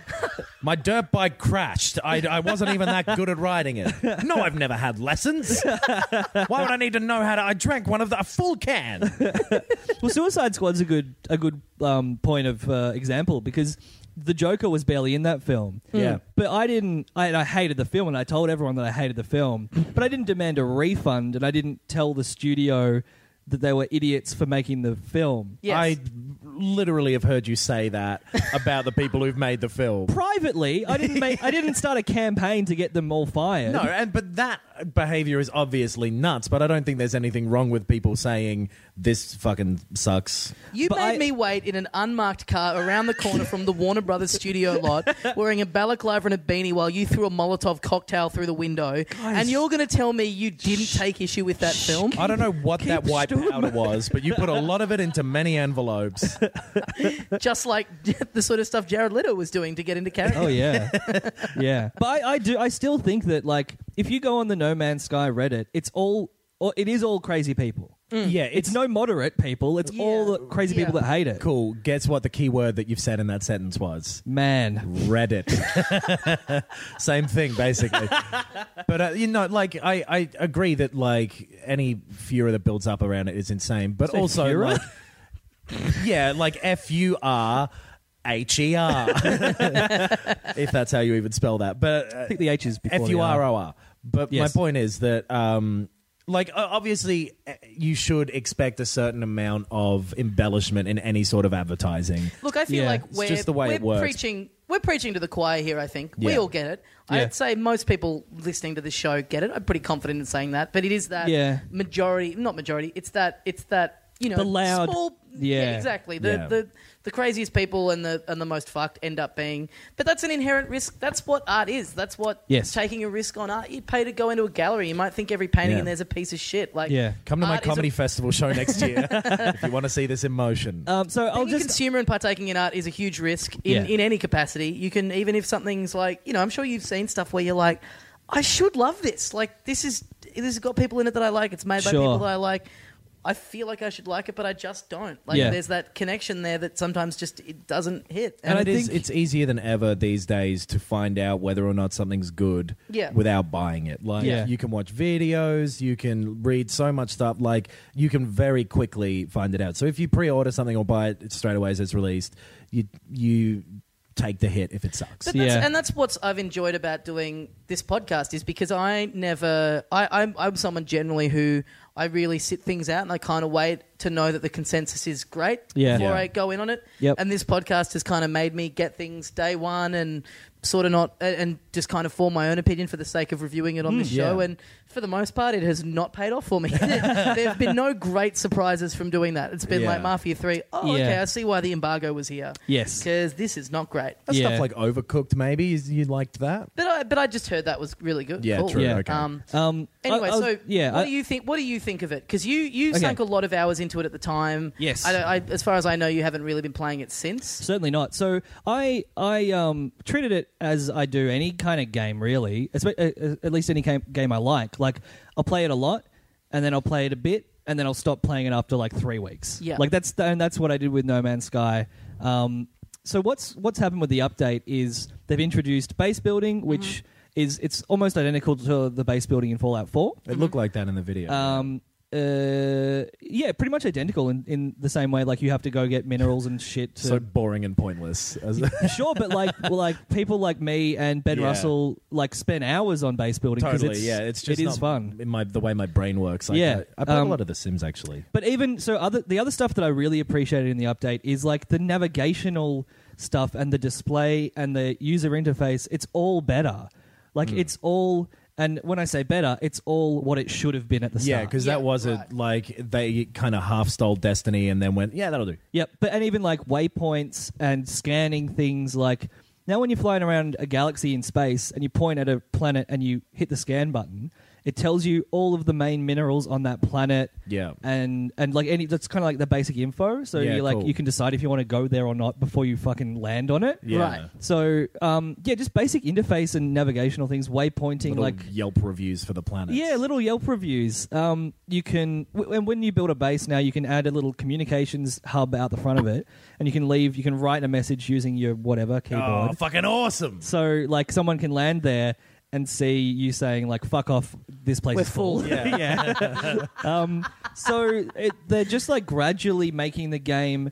S3: My dirt bike crashed. I, I wasn't even that good at riding it. No, I've never had lessons. Why would I need to know how to? I drank one of the a full can.
S2: well, Suicide Squad's a good a good um, point of uh, example because the Joker was barely in that film.
S3: Yeah.
S2: but I didn't. I, and I hated the film, and I told everyone that I hated the film. But I didn't demand a refund, and I didn't tell the studio that they were idiots for making the film.
S1: Yes.
S3: I literally have heard you say that about the people who've made the film.
S2: Privately, I didn't. Make, I didn't start a campaign to get them all fired.
S3: No, and but that behavior is obviously nuts. But I don't think there's anything wrong with people saying this fucking sucks.
S1: You
S2: But
S1: made
S2: I-
S1: me wait in an unmarked car around the corner from the Warner Brothers studio lot, wearing a balaclava and a beanie, while you threw a Molotov cocktail through the window. and you're going to tell me you didn't take issue with that film?
S3: I don't know what that white
S2: still-
S3: powder was, but you put a lot of it into many envelopes.
S1: Just like the sort of stuff Jared Leto was doing to get into character.
S2: Oh yeah, yeah. But I, I do. I still think that like if you go on the No Man's Sky Reddit, it's all. or It is all crazy people.
S3: yeah,
S2: It's no moderate people. It's all the crazy people
S1: Yeah.
S2: that hate it.
S3: cool. Guess what the key word that you've said in that sentence was?
S2: Man.
S3: Reddit. Same thing, basically. but uh, you know, like I, I agree that like any furor that builds up around it is insane. But
S2: Say
S3: also,
S2: furor?
S3: like, yeah, like F U R H E R, if that's how you even spell that. But uh,
S2: I think the H is before the
S3: F U R O R. But
S2: Yes.
S3: my point is that, um, like, o- obviously, eh, you should expect a certain amount of embellishment in any sort of advertising.
S1: Look, I feel
S2: Yeah,
S1: like
S3: it's
S1: we're,
S3: just the way
S1: we're
S3: it works.
S1: preaching. We're preaching to the choir here. I think we
S3: Yeah.
S1: all get it.
S2: Yeah.
S1: I'd say most people listening to the show get it. I'm pretty confident in saying that. But it is that
S2: Yeah.
S1: majority, not majority. It's that. It's that. You know,
S2: The loud-
S1: Small,
S2: yeah.
S1: exactly. The,
S3: Yeah.
S1: the the craziest people and the and the most fucked end up being. But that's an inherent risk. That's what art is. That's what
S2: Yes.
S1: taking a risk on art. You pay to go into a gallery. You might think every painting
S3: Yeah.
S1: in there's a piece of shit. Like
S2: Yeah.
S3: Come to my
S1: art is a-
S3: comedy festival show next year if you want to see this in motion.
S2: Um, so I'll
S1: Being a
S2: just.
S1: consumer and partaking in art is a huge risk in,
S2: Yeah.
S1: in any capacity. You can even if something's like you know, I'm sure you've seen stuff where you're like, I should love this. Like this is this has got people in it that I like. It's made by people
S2: Sure.
S1: that I like. I feel like I should like it, but I just don't. Like
S2: Yeah.
S1: there's that connection there that sometimes just it doesn't hit.
S3: and
S1: And
S3: it is
S2: think-
S3: it's easier than ever these days to find out whether or not something's good
S1: Yeah.
S3: without buying it. Like
S2: Yeah.
S3: you can watch videos, you can read so much stuff. Like you can very quickly find it out. So if you pre-order something or buy it straight away as it's released, you you take the hit if it sucks.
S1: But that's,
S2: Yeah.
S1: and that's what I've enjoyed about doing this podcast is because I never I, I'm I'm someone generally who I really sit things out and I kind of wait to know that the consensus is great
S2: Yeah.
S1: before
S3: Yeah.
S1: I go in on it.
S2: Yep.
S1: And this podcast has kind of made me get things day one and sort of not and- and just kind of form my own opinion for the sake of reviewing
S2: Hmm.
S1: it on the show.
S3: yeah.
S1: And for the most part, it has not paid off for me. there have been no great surprises from doing that. It's been
S3: Yeah.
S1: like Mafia Three. Oh,
S2: Yeah.
S1: okay, I see why the embargo was here.
S2: Yes.
S1: because this is not great.
S3: That's
S2: Yeah.
S3: Stuff like Overcooked, maybe is- you liked that.
S1: But I, but I just heard that was really good.
S3: Yeah,
S1: Cool.
S3: true.
S2: Yeah.
S3: Okay.
S1: Um,
S2: Um, I-
S1: anyway,
S2: I'll-
S1: so
S2: yeah,
S1: what
S2: I-
S1: do you think? What do you think of it? Because you you
S2: Okay.
S1: sunk a lot of hours into it at the time.
S2: Yes.
S1: I, don't- I, as far as I know, you haven't really been playing it since.
S2: Certainly not. So I I um, treated it as I do any kind of game, really. Espe- uh, uh, At least any game, game I like. Like I'll play it a lot, and then I'll play it a bit, and then I'll stop playing it after like three weeks.
S1: Yeah.
S2: Like that's and that's what I did with No Man's Sky. Um, so what's what's happened with the update is they've introduced base building, which is it's almost identical to the base building in Fallout Four.
S3: It looked like that in the video.
S2: Um, uh, yeah, pretty much identical in, in the same way. Like you have to go get minerals and shit. To
S3: so boring and pointless. As-
S2: sure, but like well, like people like me and Ben
S3: Yeah.
S2: Russell like spend hours on base building because
S3: totally,
S2: it's
S3: yeah. It's just
S2: it
S3: not
S2: is fun.
S3: In my the way my brain works. Like,
S2: Yeah,
S3: I, I played
S2: um,
S3: a lot of The Sims actually.
S2: But even so, other the other stuff that I really appreciated in the update is like the navigational stuff and the display and the user interface. It's all better. Like
S3: Hmm.
S2: it's all, and when I say better, it's all what it should have been at the
S3: Yeah,
S2: start.
S3: because
S1: Yeah,
S3: that was
S1: right.
S3: a like they kind of half stole Destiny and then went, yeah, that'll do.
S2: Yep, but and even like waypoints and scanning things like now when you're flying around a galaxy in space and you point at a planet and you hit the scan button, it tells you all of the main minerals on that planet.
S3: Yeah.
S2: and and like any that's kind of like the basic info. So
S3: Yeah,
S2: you like
S3: cool.
S2: you can decide if you want to go there or not before you fucking land on it.
S3: Yeah.
S1: Right.
S2: So um, yeah, just basic interface and navigational things, waypointing,
S3: Little
S2: like
S3: Yelp reviews for the planet.
S2: yeah, little Yelp reviews. Um, you can, w- and when you build a base now, you can add a little communications hub out the front of it, and you can leave. You can write a message using your whatever keyboard.
S3: Oh, fucking awesome!
S2: so like someone can land there and see you saying like "fuck off," this place
S1: We're
S2: is full.
S1: full.
S2: Yeah. um, so it, they're just like gradually making the game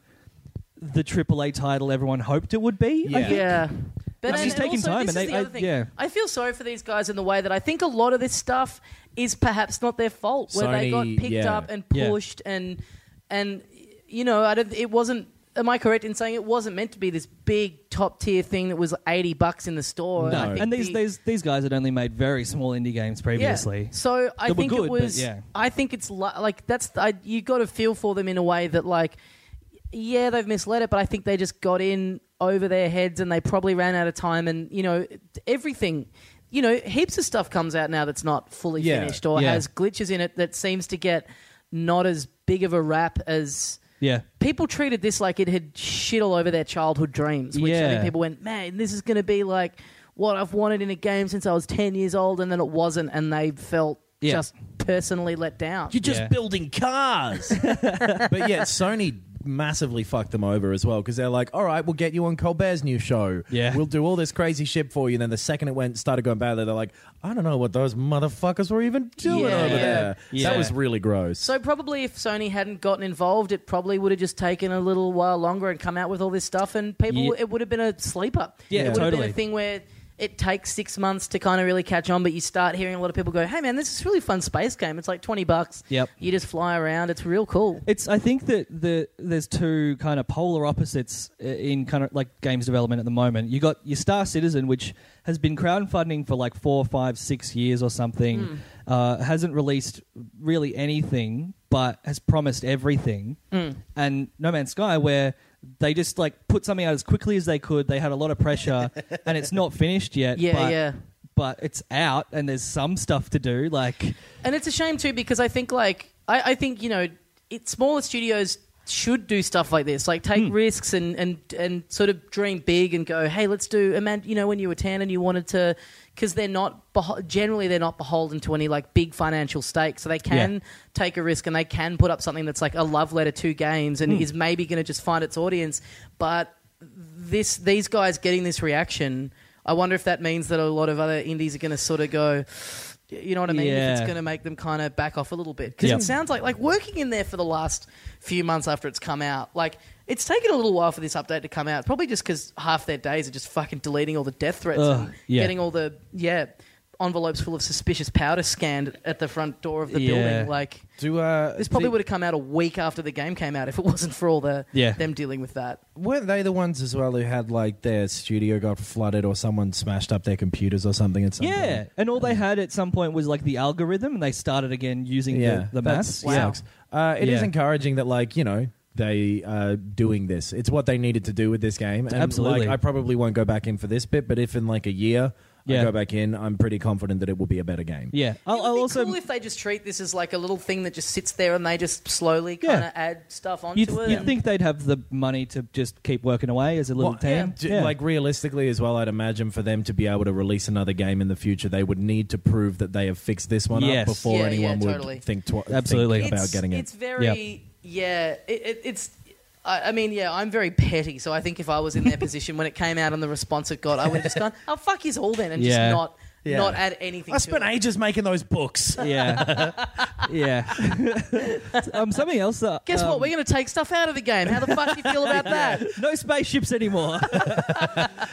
S2: the AAA title everyone hoped it would be. I
S3: Yeah.
S2: think.
S1: But
S2: It's
S1: and, and
S2: just taking
S1: also,
S2: time
S1: This
S2: and
S1: is
S2: they-
S1: the other
S2: I-
S1: thing.
S2: yeah.
S1: I feel sorry for these guys in the way that I think a lot of this stuff is perhaps not their fault, where they got
S3: Sony,
S1: picked
S3: yeah.
S1: up and
S2: Yeah.
S1: pushed and and you know, I don't. It wasn't. Am I correct in saying it wasn't meant to be this big top tier thing that was eighty bucks in the store? I think
S2: and these,
S1: the-
S2: these these guys had only made very small indie games previously.
S1: Yeah. So I
S2: They were
S1: think
S2: good,
S1: it
S2: but
S1: was.
S2: yeah.
S1: I think it's li- like that's I, you got to feel for them in a way that like, yeah, they've misled it, but I think they just got in over their heads and they probably ran out of time and you know everything. You know, heaps of stuff comes out now that's not fully
S3: Yeah.
S1: finished or
S2: Yeah.
S1: has glitches in it that seems to get not as big of a rap as
S2: Yeah.
S1: people treated this like it had shit all over their childhood dreams, which I think
S2: Yeah.
S1: people went, man, this is going to be like what I've wanted in a game since I was 10 years old, and then it wasn't, and they felt
S2: Yeah.
S1: just personally let down.
S3: You're just
S2: Yeah.
S3: building cars. but yet Sony massively fucked them over as well because they're like, all right, we'll get you on Colbert's new show.
S2: Yeah.
S3: We'll do all this crazy shit for you. And then the second it went started going badly, they're like, I don't know what those motherfuckers were even doing
S1: Yeah.
S3: over there.
S2: Yeah.
S3: That was really gross.
S1: So probably if Sony hadn't gotten involved, it probably would have just taken a little while longer and come out with all this stuff, and people
S2: Yeah.
S1: it would have been a sleeper.
S2: Yeah,
S1: it would have been
S2: totally.
S1: a thing where it takes six months to kind of really catch on, but you start hearing a lot of people go, "Hey man, this is really fun space game. It's like twenty bucks.
S2: Yep.
S1: you just fly around. It's real cool."
S2: It's. I think that the there's two kind of polar opposites i- in kind of like games development at the moment. You got your Star Citizen, which has been crowdfunding for like four, five, six years or something,
S1: Hmm.
S2: uh, hasn't released really anything, but has promised everything.
S1: Hmm.
S2: And No Man's Sky, where they just like put something out as quickly as they could. They had a lot of pressure, and it's not finished yet.
S1: Yeah,
S2: but,
S1: yeah.
S2: But it's out, and there's some stuff to do. Like,
S1: And it's a shame too because I think like I, I think you know it, smaller studios should do stuff like this, like take
S2: Hmm.
S1: risks and, and and sort of dream big and go, hey, let's do. Imagine you know when you were ten and you wanted to, because they're not beho- generally they're not beholden to any like big financial stake, so they can
S2: Yeah.
S1: take a risk and they can put up something that's like a love letter to games and
S2: Hmm.
S1: is maybe going to just find its audience, but this these guys getting this reaction. I wonder if that means that a lot of other indies are going to sort of go, you know what I mean? If it's
S2: Yeah.
S1: going to make them kind of back off a little bit because
S2: Yeah.
S1: it sounds like like working in there for the last few months after it's come out, like it's taken a little while for this update to come out. Probably just because half their days are just fucking deleting all the death threats,
S2: Ugh,
S1: and
S2: yeah.
S1: getting all the yeah envelopes full of suspicious powder scanned at the front door of the
S2: Yeah.
S1: building, like.
S3: do uh,
S1: This probably
S3: the-
S1: would have come out a week after the game came out if it wasn't for all the
S2: Yeah.
S1: them dealing with that.
S3: Weren't they the ones as well who had like their studio got flooded or someone smashed up their computers or something? At some
S2: Yeah,
S3: point?
S2: and all they had at some point was like the algorithm, and they started again using the,
S3: yeah,
S2: the
S3: that
S2: maths.
S3: sucks. Uh, it is
S2: Yeah.
S3: encouraging that like you know they are doing this. It's what they needed to do with this game. And,
S2: Absolutely.
S3: Like, I probably won't go back in for this bit, but if in like a year
S2: Yeah.
S3: I go back in, I'm pretty confident that it will be a better game.
S2: Yeah, I'll,
S1: It would
S2: I'll
S1: be
S2: also
S1: cool if they just treat this as like a little thing that just sits there and they just slowly
S2: Yeah.
S1: kind of add stuff onto
S2: you'd,
S1: it.
S2: you'd think they'd have the money to just keep working away as a little
S3: Well,
S2: team.
S3: d- Like realistically as well, I'd imagine for them to be able to release another game in the future, they would need to prove that they have fixed this one
S2: Yes.
S3: up before
S1: Yeah,
S3: anyone
S1: yeah,
S3: would
S1: totally.
S3: think, twi- think
S2: Absolutely.
S3: about
S1: it's,
S3: getting it.
S1: It's very yeah. it, it, it's I, I mean yeah. I'm very petty, so I think if I was in their position when it came out and the response it got, I would have just gone, "Oh fuck, is all then," and
S2: Yeah.
S1: just not
S3: Yeah.
S1: not add anything.
S3: I
S1: to
S3: spent
S1: it.
S3: ages making those books.
S2: yeah, yeah. um, something else that
S1: Guess what?
S2: um,
S1: We're going to take stuff out of the game. How the fuck do you feel about that?
S2: no spaceships anymore.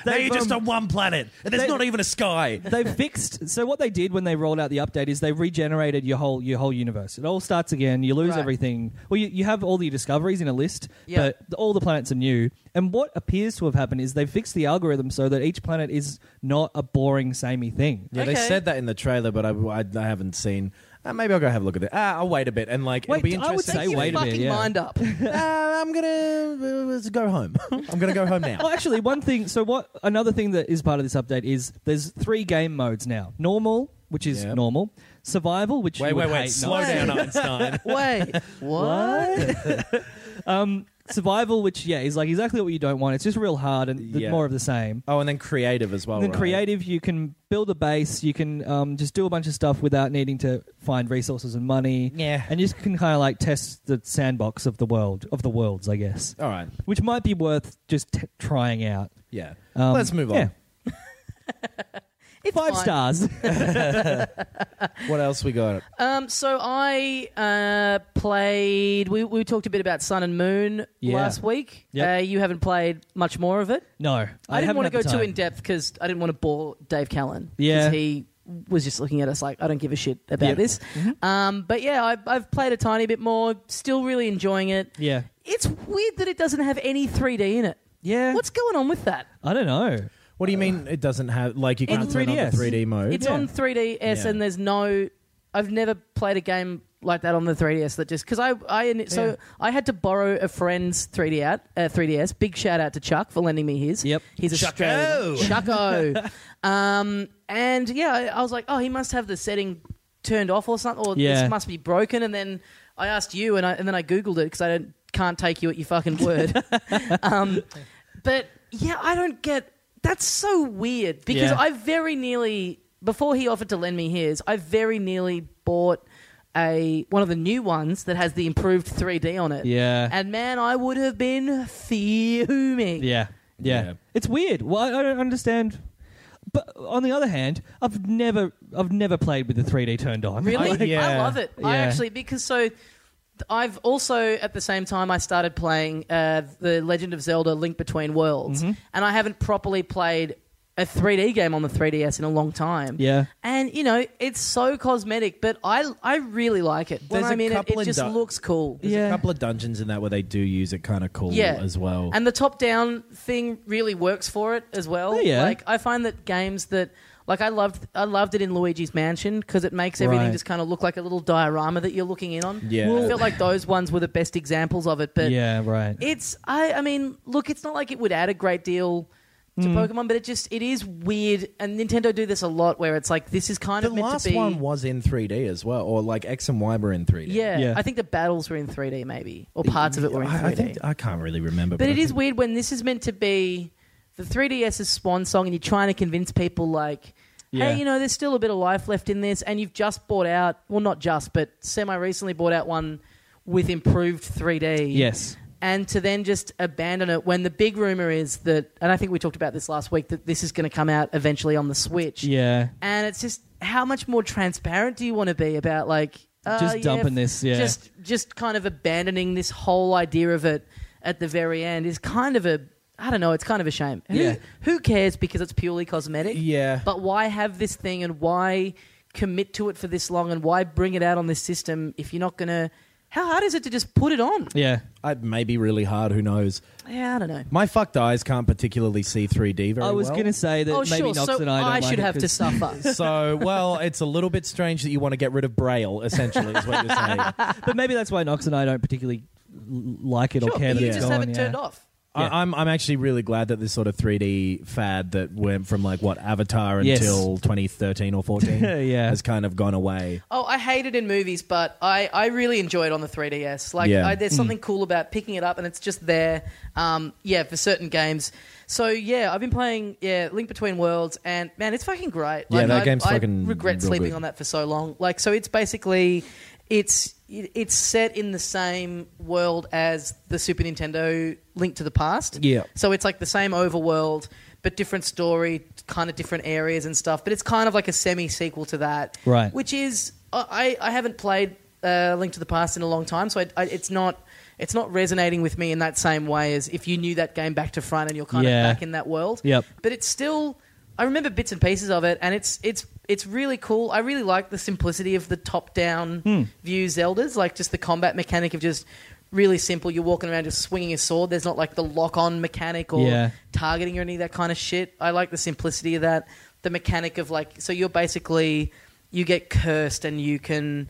S3: Now you're just
S2: um,
S3: on one planet, and there's
S2: they-
S3: not even a sky.
S2: they fixed. So what they did when they rolled out the update is they regenerated your whole your whole universe. It all starts again. You lose
S1: Right.
S2: everything. Well, you, you have all the discoveries in a list,
S1: Yeah.
S2: but th- all the planets are new. And what appears to have happened is they fixed the algorithm so that each planet is not a boring samey thing.
S3: Yeah, they
S1: Okay.
S3: said that in the trailer, but I, I, I haven't seen. Uh, maybe I'll go have a look at it. Ah, I'll wait a bit and like
S2: Wait,
S3: it'll be
S2: I
S3: interesting.
S2: would say
S1: Make your
S2: wait a minute,
S1: fucking
S2: yeah.
S1: mind up.
S3: Uh, I'm gonna uh, go home. I'm gonna go home now.
S2: Well, actually, one thing. So what? Another thing that is part of this update is there's three game modes now: normal, which is
S3: Yep.
S2: normal; survival, which
S3: wait,
S2: you would
S3: wait, wait.
S2: hate
S3: Slow
S2: not.
S3: down, Einstein.
S1: Wait, what?
S2: Survival, which yeah, is like exactly what you don't want. It's just real hard and the
S3: Yeah.
S2: more of the same.
S3: oh, and then creative as well.
S2: And then
S3: right?
S2: creative, you can build a base, you can um, just do a bunch of stuff without needing to find resources and money.
S3: Yeah.
S2: And you just can kind of like test the sandbox of the world, of the worlds, I guess.
S3: All right.
S2: Which might be worth just t- trying out.
S3: Yeah.
S2: Um,
S3: Let's move on.
S2: yeah.
S1: It's
S2: Five
S1: fine.
S2: stars.
S3: What else we got?
S1: Um, so I uh, played. We, we talked a bit about Sun and Moon
S2: Yeah.
S1: last week.
S2: Yep.
S1: Uh, you haven't played much more of it.
S2: no. I,
S1: I, didn't
S2: haven't
S1: want to
S2: had the
S1: go too
S2: time.
S1: in depth because I didn't want to bore Dave Callan. 'Cause
S2: Yeah.
S1: he was just looking at us like I don't give a shit about
S2: Yep. Mm-hmm.
S1: this. Um, but yeah, I, I've played a tiny bit more. Still really enjoying it.
S2: Yeah.
S1: It's weird that it doesn't have any 3D in it.
S2: Yeah.
S1: What's going on with that?
S2: I don't know.
S3: What do you mean it doesn't have like you
S2: In
S3: can't turn on the
S2: 3DS.
S3: 3D mode?
S1: It's
S2: Yeah.
S1: on 3DS,
S3: Yeah.
S1: and there's no. I've never played a game like that on the 3DS that just because I I so
S2: Yeah.
S1: I had to borrow a friend's 3D out uh, 3DS. Big shout out to Chuck for lending me his.
S2: Yep.
S1: he's Australian. Chucko. um, and yeah, I, I was like, oh, he must have the setting turned off or something, or
S2: Yeah.
S1: this must be broken. And then I asked you, and I and then I googled it because I don't, can't take you at your fucking word. um, but yeah, I don't get. That's so weird because
S2: Yeah.
S1: I very nearly before he offered to lend me his, I very nearly bought a one of the new ones that has the improved 3D on it.
S2: Yeah.
S1: And man, I would have been fuming.
S2: Yeah. Yeah.
S3: Yeah.
S2: It's weird. Well, I I don't understand. But on the other hand, I've never I've never played with the 3D turned on.
S1: Really?
S2: Like,
S1: I,
S3: yeah.
S1: love it. I
S2: Yeah.
S1: actually because so th- I've also at the same time I started playing uh, the Legend of Zelda: Link Between Worlds,
S2: Mm-hmm.
S1: and I haven't properly played a 3D game on the 3DS in a long time.
S2: Yeah.
S1: and you know it's so cosmetic, but I I really like it. when
S3: There's a
S1: I'm in it,
S3: couple
S1: it
S3: of
S1: just
S3: du-
S1: looks cool.
S3: There's
S2: Yeah.
S3: a couple of dungeons in that where they do use it kind of cool
S1: Yeah,
S3: as well.
S1: And the top-down thing really works for it as well.
S2: Oh, yeah.
S1: like I find that games that like I loved I loved it in Luigi's Mansion because it makes everything
S2: Right.
S1: just kind of look like a little diorama that you're looking in on.
S3: Yeah.
S1: I felt like those ones were the best examples of it. But
S2: Yeah, right.
S1: it's I I mean, look, it's not like it would add a great deal to
S3: Hmm.
S1: Pokemon, but it just it is weird. And Nintendo do this a lot, where it's like this is kind
S3: the
S1: of meant
S3: last
S1: to be.
S3: one was in 3D as well, or like X and Y were in 3D.
S1: yeah,
S2: Yeah.
S1: I think the battles were in 3D maybe, or parts of it were in 3D.
S3: I, I think I can't really remember.
S1: But
S3: I
S1: it is
S3: think-
S1: weird when this is meant to be the 3DS's swan song, and you're trying to convince people like,
S2: Yeah.
S1: hey, you know, there's still a bit of life left in this, and you've just bought out, well, not just, but semi recently bought out one with improved 3D.
S2: Yes.
S1: And to then just abandon it when the big rumor is that, and I think we talked about this last week, that this is going to come out eventually on the Switch.
S2: Yeah.
S1: And it's just how much more transparent do you want to be about like uh,
S2: Just
S1: yeah,
S2: dumping
S1: f-
S2: this, yeah.
S1: Just just kind of abandoning this whole idea of it at the very end is kind of a I don't know, it's kind of a shame. Who,
S2: Yeah.
S1: who cares because it's purely cosmetic?
S3: Yeah.
S1: But why have this thing and why commit to it for this long and why bring it out on this system if you're not going to How hard is it to just put it on?
S2: Yeah.
S3: I, maybe really hard. Who knows?
S1: Yeah, I don't know.
S3: My fucked eyes can't particularly see 3D very
S2: I was
S3: well.
S2: going to say that
S1: oh
S2: maybe
S1: sure,
S2: Knox
S1: so
S2: and I don't like
S1: should
S2: it
S1: have to
S2: 'cause-
S1: suffer.
S3: So, well, it's a little bit strange that you want to get rid of Braille, essentially, is what you're saying.
S2: But maybe that's why Knox and I don't particularly l- like it
S1: sure,
S2: or
S1: but
S2: care that
S1: you
S2: it's
S1: just
S2: gone,
S1: have it
S2: yeah.
S1: turned off.
S2: Yeah.
S3: I, I'm I'm actually really glad that this sort of 3D fad that went from like what Avatar
S2: Yes.
S3: until 2013 or 14
S2: Yeah.
S3: has kind of gone away.
S1: Oh, I hate it in movies, but I, I really enjoy it on the 3DS. Like,
S3: Yeah. Mm.
S1: I, there's something cool about picking it up and it's just there. Um, yeah, for certain games. So yeah, I've been playing yeah Link Between Worlds, and man, it's fucking great.
S3: Yeah, that
S1: I,
S3: game's
S1: I
S3: fucking
S1: regret
S3: real
S1: sleeping
S3: good.
S1: on that for so long. Like, so it's basically it's it- it's set in the same world as the Super Nintendo Link to the Past.
S3: Yeah.
S1: So it's like the same overworld. But different story, kind of different areas and stuff. But it's kind of like a semi sequel to that,
S2: Right.
S1: which is I, I haven't played uh, Link to the Past in a long time, so I, I, it's not it's not resonating with me in that same way as if you knew that game back to front and you're kind
S2: Yeah.
S1: of back in that world.
S2: Yep.
S1: But it's still I remember bits and pieces of it, and it's it's it's really cool. I really like the simplicity of the top down
S2: Hmm.
S1: view Zeldas, like just the combat mechanic of just. Really simple. You're walking around just swinging a sword. There's not like the lock-on mechanic or
S2: Yeah.
S1: targeting or any of that kind of shit. I like the simplicity of that. The mechanic of like, so you're basically you get cursed and you can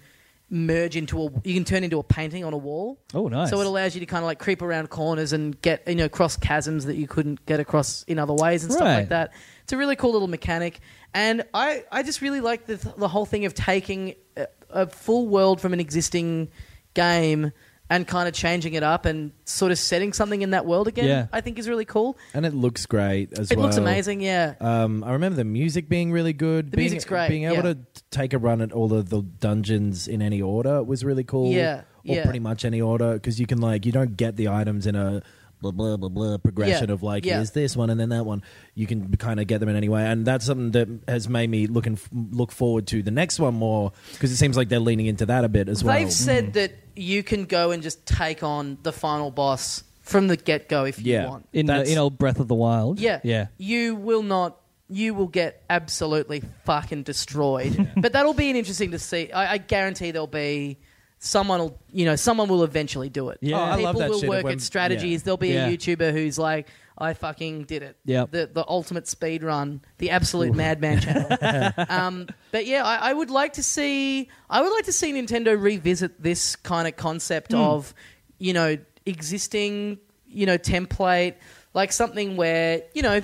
S1: merge into a you can turn into a painting on a wall.
S2: Oh, nice.
S1: So it allows you to kind of like creep around corners and get you know across chasms that you couldn't get across in other ways and stuff
S2: Right.
S1: like that. It's a really cool little mechanic, and I I just really like the the whole thing of taking a, a full world from an existing game. And kind of changing it up and sort of setting something in that world again,
S2: Yeah.
S1: I think is really cool.
S3: And it looks great as
S1: It
S3: well.
S1: looks amazing, yeah.
S3: Um, I remember the music being really good.
S1: The
S3: being,
S1: music's great,
S3: Being able
S1: yeah.
S3: to take a run at all of the dungeons in any order was really cool.
S1: Yeah,
S3: or
S1: yeah.
S3: pretty much any order because you can like you don't get the items in a blah blah blah blah progression
S1: Yeah,
S3: of like
S1: yeah.
S3: here's this one and then that one. You can kind of get them in any way, and that's something that has made me looking f- look forward to the next one more because it seems like they're leaning into that a bit as well.
S1: They've said that you can go and just take on the final boss from the get go if you
S3: Yeah.
S1: want.
S2: in the,
S3: That's-
S2: in old Breath of the Wild.
S1: Yeah.
S2: Yeah.
S1: You will not. You will get absolutely fucking destroyed. But that'll be an interesting to see. I, I guarantee there'll be someone will. You know, someone will eventually do it.
S2: Yeah. Oh, I
S1: People
S3: love that
S1: will
S3: shit
S1: work
S3: when-
S1: at strategies.
S3: yeah.
S1: There'll be
S2: Yeah.
S1: a YouTuber who's like, I fucking did it.
S2: Yep.
S1: The the ultimate speed run, the absolute madman channel. um, but yeah, I, I would like to see. I would like to see Nintendo revisit this kind of concept of, you know, existing, you know, template like something where you know.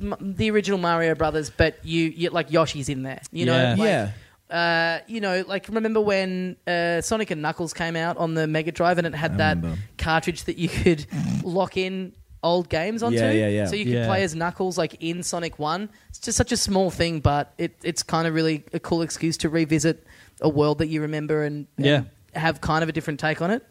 S1: m- The original Mario Brothers, but you, you like Yoshi's in there, you know.
S2: Yeah.
S1: Like,
S3: yeah,
S1: uh, you know, like remember when uh, Sonic and Knuckles came out on the Mega Drive and it had that
S3: remember.
S1: cartridge that you could lock in old games onto.
S3: Yeah, yeah, yeah.
S1: So you could
S2: Yeah.
S1: play as Knuckles like in Sonic One. It's just such a small thing, but it, it's kind of really a cool excuse to revisit a world that you remember and, and
S2: Yeah.
S1: have kind of a different take on it.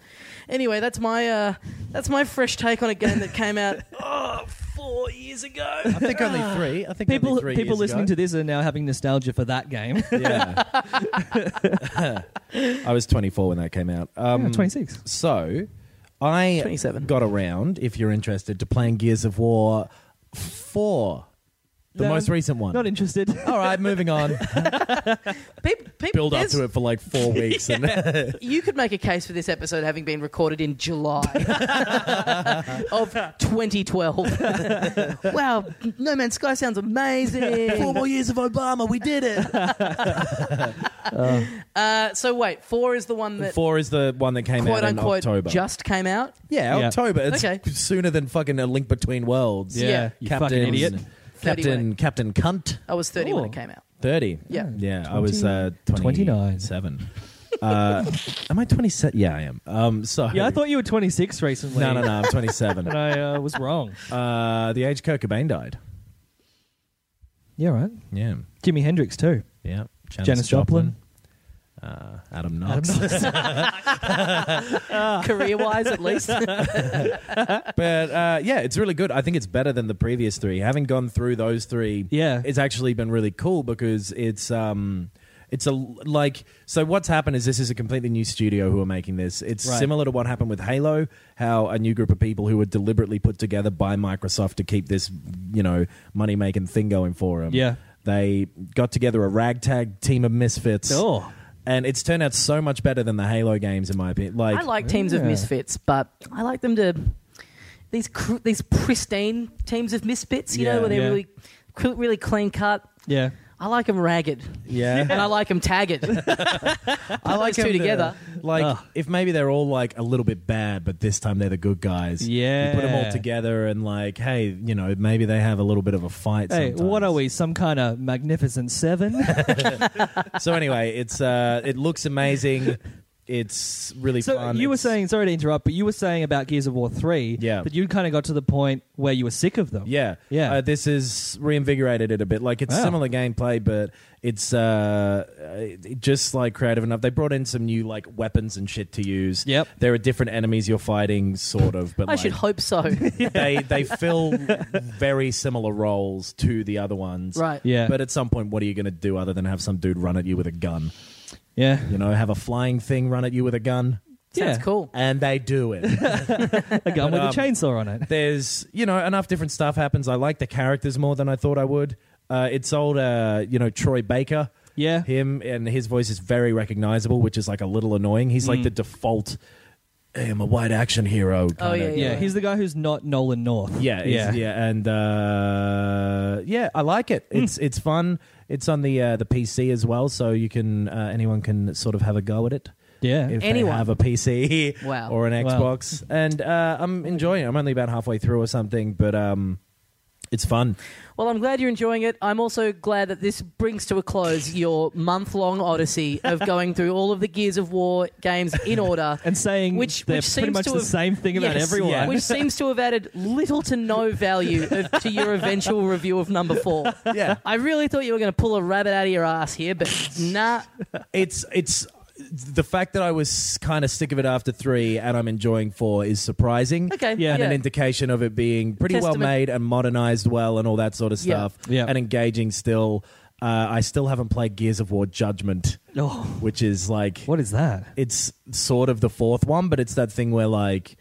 S1: Anyway, that's my uh, that's my fresh take on a game that came out oh, four years ago.
S3: I think only three. I think
S2: People, people listening to this are now having nostalgia for that game.
S3: to yeah. I was 24 when that came out. Um,
S2: Yeah, 26.
S3: So I
S1: 27.
S3: got around, if you're interested, to playing Gears of War 4, the
S2: No,
S3: most recent one.
S2: Um, Not interested.
S3: All right, moving on.
S1: People, people,
S3: Build up
S1: there's-
S3: to it for like four weeks. and
S1: You could make a case for this episode having been recorded in July of 2012. wow, No Man's Sky sounds amazing.
S3: more years of Obama, we did it.
S1: Uh, so wait, four is the one that
S3: Four is the one that came
S1: quote
S3: out in
S1: unquote
S3: October.
S1: just came out.
S3: yeah,
S2: Yeah.
S3: October. It's
S1: Okay.
S3: sooner than fucking a Link Between Worlds.
S2: Yeah,
S1: Yeah.
S2: you fucking idiot.
S3: Captain, Captain Cunt.
S1: I was 30 when
S2: Ooh.
S3: Oh.
S1: it came out.
S3: 30.
S1: Yeah.
S3: Yeah, I was uh,
S2: 20
S3: 27. uh, am I 27? Yeah, I am. Um, so
S2: Yeah, I thought you were 26 recently.
S3: No, no, no, I'm 27.
S2: And I uh, was wrong.
S3: uh, the age Kurt Cobain died.
S2: Yeah, right.
S3: Yeah.
S2: Jimi Hendrix, too.
S3: Yeah.
S2: Janis Joplin.
S3: Uh,
S2: Adam
S3: Adam Knox.
S2: Knox.
S1: Career wise, at least.
S3: but uh, yeah, it's really good. I think it's better than the previous three. Having gone through those three,
S2: Yeah.
S3: it's actually been really cool because it's um, it's a like so. What's happened is this is a completely new studio who are making this. It's
S2: Right.
S3: similar to what happened with Halo, how a new group of people who were deliberately put together by Microsoft to keep this you know money making thing going for them.
S2: Yeah.
S3: they got together a ragtag team of misfits.
S2: Oh.
S3: And it's turned out so much better than the Halo games, in my opinion. Like,
S1: I like teams of
S2: Yeah.
S1: misfits, but I like them to these cr- these pristine teams of misfits. You
S3: Yeah.
S1: know, where they're
S2: Yeah.
S1: really really really clean cut.
S2: yeah.
S1: I like them ragged.
S3: yeah,
S1: and I like them tagged.
S3: I
S1: like those two
S2: um,
S3: 'em to-
S1: together.
S3: like
S2: Ugh.
S3: if maybe they're all like a little bit bad, but this time they're the good guys.
S2: Yeah.
S3: you put them all together and like, hey, you know, maybe they have a little bit of a fight.
S2: Hey, what
S3: sometimes.
S2: are we? Some kind of magnificent seven?
S3: so anyway, it's uh, it looks amazing. It's really
S2: so
S3: fun.
S2: you were
S3: It's-
S2: saying, sorry to interrupt, but you were saying about Gears of War 3
S3: Yeah.
S2: that you kind of got to the point where you were sick of them.
S3: Yeah,
S2: Yeah.
S3: Uh, this is reinvigorated it a bit. Like it's
S2: Wow.
S3: similar gameplay, but it's uh, uh, it- just like creative enough. They brought in some new like weapons and shit to use.
S2: Yep.
S3: there are different enemies you're fighting, sort of. But
S1: I should
S3: like-
S1: hope so.
S3: they they fill very similar roles to the other ones.
S1: Right.
S2: Yeah.
S3: But at some point, what are you going to do other than have some dude run at you with a gun?
S2: Yeah.
S3: You know, have a flying thing run at you with a gun,
S2: yeah.
S1: Sounds cool.
S3: and they do it.
S2: A gun with
S3: um,
S2: a chainsaw on it.
S3: There's you know enough different stuff happens. I like the characters more than I thought I would. Uh, it's old, uh, you know, Troy Baker.
S2: Yeah.
S3: him and his voice is very recognizable, which is like a little annoying. He's like the default. Hey, I'm a white action hero.
S1: Mm. Oh,
S3: kinda
S1: yeah,
S2: Yeah, he's the guy who's not Nolan North.
S3: Yeah, yeah, yeah, and uh, yeah, I like
S1: Hmm.
S3: it. It's it's fun. It's on the uh, the PC as well, so you can uh, anyone can sort of have a go at it.
S2: Yeah.
S3: If
S1: Anyone.
S3: they have a PC
S1: Wow.
S3: or an
S2: Wow.
S3: Xbox, and uh, I'm enjoying it. I'm only about halfway through or something, but um, it's fun.
S1: Well, I'm glad you're enjoying it. I'm also glad that this brings to a close your month long odyssey of going through all of the Gears of War games in order.
S2: and saying
S1: Which-
S2: they're
S1: which
S2: pretty
S1: seems
S2: much
S1: to
S2: the
S1: have-
S2: same thing about
S1: Yes,
S2: everyone.
S3: yeah.
S1: Which seems to have added little to no value of, to your eventual review of number four.
S3: Yeah,
S1: I really thought you were going to pull a rabbit out of your ass here, but nah.
S3: it's it's the fact that I was kind of sick of it after three, and I'm enjoying four is surprising.
S1: Okay.
S2: Yeah,
S3: and an indication of it being pretty well
S1: Testament.
S3: made and modernized well and all that sort of
S1: Yeah.
S3: stuff
S2: Yeah.
S3: and engaging still. Uh, I still haven't played Gears of War Judgment,
S2: Oh.
S3: which is like
S2: What is that?
S3: it's sort of the fourth one, but it's that thing where like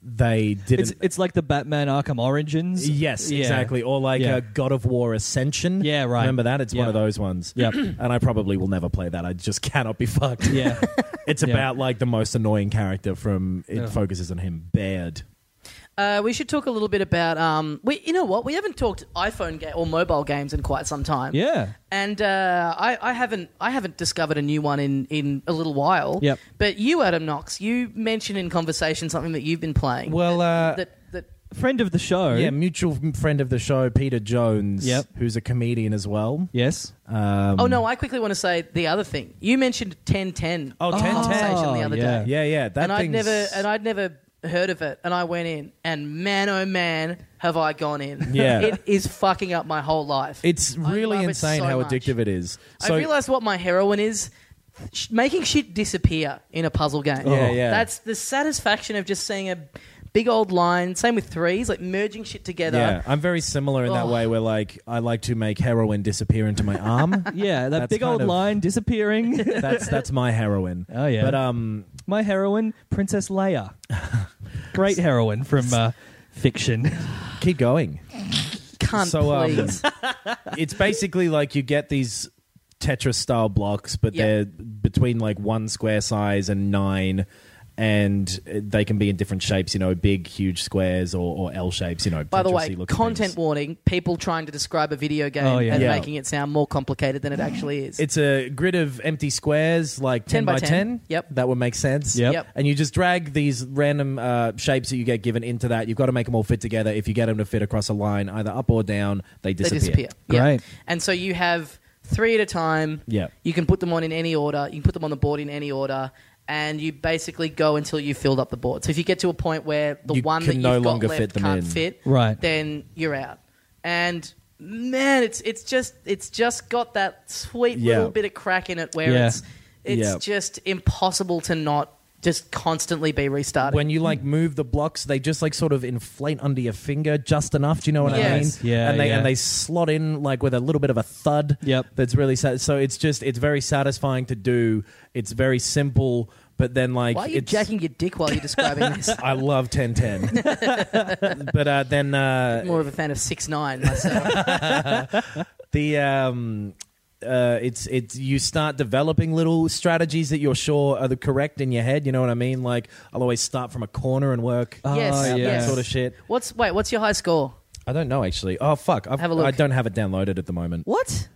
S3: they didn't.
S2: It's it's like the Batman Arkham Origins.
S3: yes,
S2: Yeah.
S3: exactly. Or like
S2: Yeah.
S3: uh, God of War Ascension.
S2: Yeah, right.
S3: Remember that? It's one
S2: Yeah.
S3: of those ones.
S2: Yep.
S3: and I probably will never play that. I just cannot be fucked.
S2: Yeah.
S3: It's
S2: Yeah.
S3: about like the most annoying character from. It
S2: Yeah.
S3: focuses on him. Baird.
S1: Uh, we should talk a little bit about um, we, you know what we haven't talked iPhone ga- or mobile games in quite some time.
S2: yeah.
S1: and uh, I, I haven't I haven't discovered a new one in, in a little while.
S2: Yep.
S1: But you, Adam Knox, you mentioned in conversation something that you've been playing.
S3: Well, uh,
S1: that that
S2: Friend of the show.
S3: Yeah, mutual m- friend of the show, Peter Jones,
S2: Yep.
S3: who's a comedian as well.
S2: Yes.
S3: Um,
S1: oh no, I quickly want to say the other thing you mentioned ten ten.
S3: Oh,
S1: in
S3: 1010.
S1: conversation the other
S2: yeah.
S1: day.
S3: yeah, yeah. That
S1: and I'd
S3: thing's-
S1: never and I'd never heard of it, and I went in, and man, oh man, have I gone in?
S3: Yeah.
S1: it is fucking up my whole life.
S3: It's
S1: I
S3: really
S1: love it
S3: insane
S1: so
S3: how
S1: much.
S3: addictive it is. So,
S1: I realized what my heroin is. Sh- Making shit disappear in a puzzle game.
S3: Yeah, yeah.
S1: That's the satisfaction of just seeing a big old line. Same with threes, like merging shit together.
S3: yeah, I'm very similar in that
S1: Oh.
S3: way. Where like I like to make heroin disappear into my arm.
S2: Yeah, that
S3: That's
S2: big
S3: kind
S2: old
S3: of-
S2: line disappearing.
S3: that's that's my heroin.
S2: Oh, yeah.
S3: But um,
S2: My heroine, Princess Leia. Great heroine from uh, fiction.
S3: keep going.
S1: Cunt,
S3: So, um,
S1: please.
S3: it's basically like you get these Tetris style blocks, but
S1: Yeah.
S3: they're between like one square size and nine, and uh, they can be in different shapes. You know, big, huge squares or, or L shapes. You know.
S1: By the way,
S3: Tetris-y looking
S1: content
S3: things.
S1: warning: people trying to describe a video game
S2: Oh, yeah.
S1: and
S3: Yeah.
S1: making it sound more complicated than it actually is.
S3: It's a grid of empty squares, like 10, by 10.
S1: Yep.
S3: That would make sense.
S2: Yep.
S1: Yep.
S3: And you just drag these random uh, shapes that you get given into that. You've got to make them all fit together. If you get them to fit across a line, either up or down, they
S1: they
S3: disappear.
S1: disappear.
S2: Great.
S1: Yeah. And so you have three at a time.
S3: Yeah.
S1: You can put them on in any order. You can put them on the board in any order. And you basically go until you filled up the board. So if you get to a point where the
S3: You
S1: one
S3: can
S1: that you've
S3: no
S1: got
S3: longer
S1: left
S3: fit them
S1: can't
S3: in.
S1: fit,
S2: Right.
S1: then you're out. And man, it's it's just it's just got that sweet
S3: Yeah.
S1: little bit of crack in it where
S2: Yeah.
S1: it's it's
S3: Yeah.
S1: just impossible to not just constantly be restarting.
S3: When you like move the blocks, they just like sort of inflate under your finger just enough. Do you know what
S1: Yes.
S3: I mean?
S2: Yeah,
S3: And they
S2: yeah.
S3: and they slot in like with a little bit of a thud.
S2: Yep.
S3: That's really sad. So it's just it's very satisfying to do. It's very simple, but then like
S1: Why are you
S3: it's,
S1: jacking your dick while you're describing this?
S3: I love ten ten. but uh, then uh,
S1: More of a fan of six nine myself.
S3: the um uh, it's it's you start developing little strategies that you're sure are the correct in your head. You know what I mean? Like I'll always start from a corner and work.
S1: Yes,
S2: Oh,
S3: out,
S2: yes.
S3: that sort of shit.
S1: What's wait? What's your high score?
S3: I don't know actually. Oh fuck! I've,
S1: Have a look.
S3: I don't have it downloaded at the moment.
S1: What?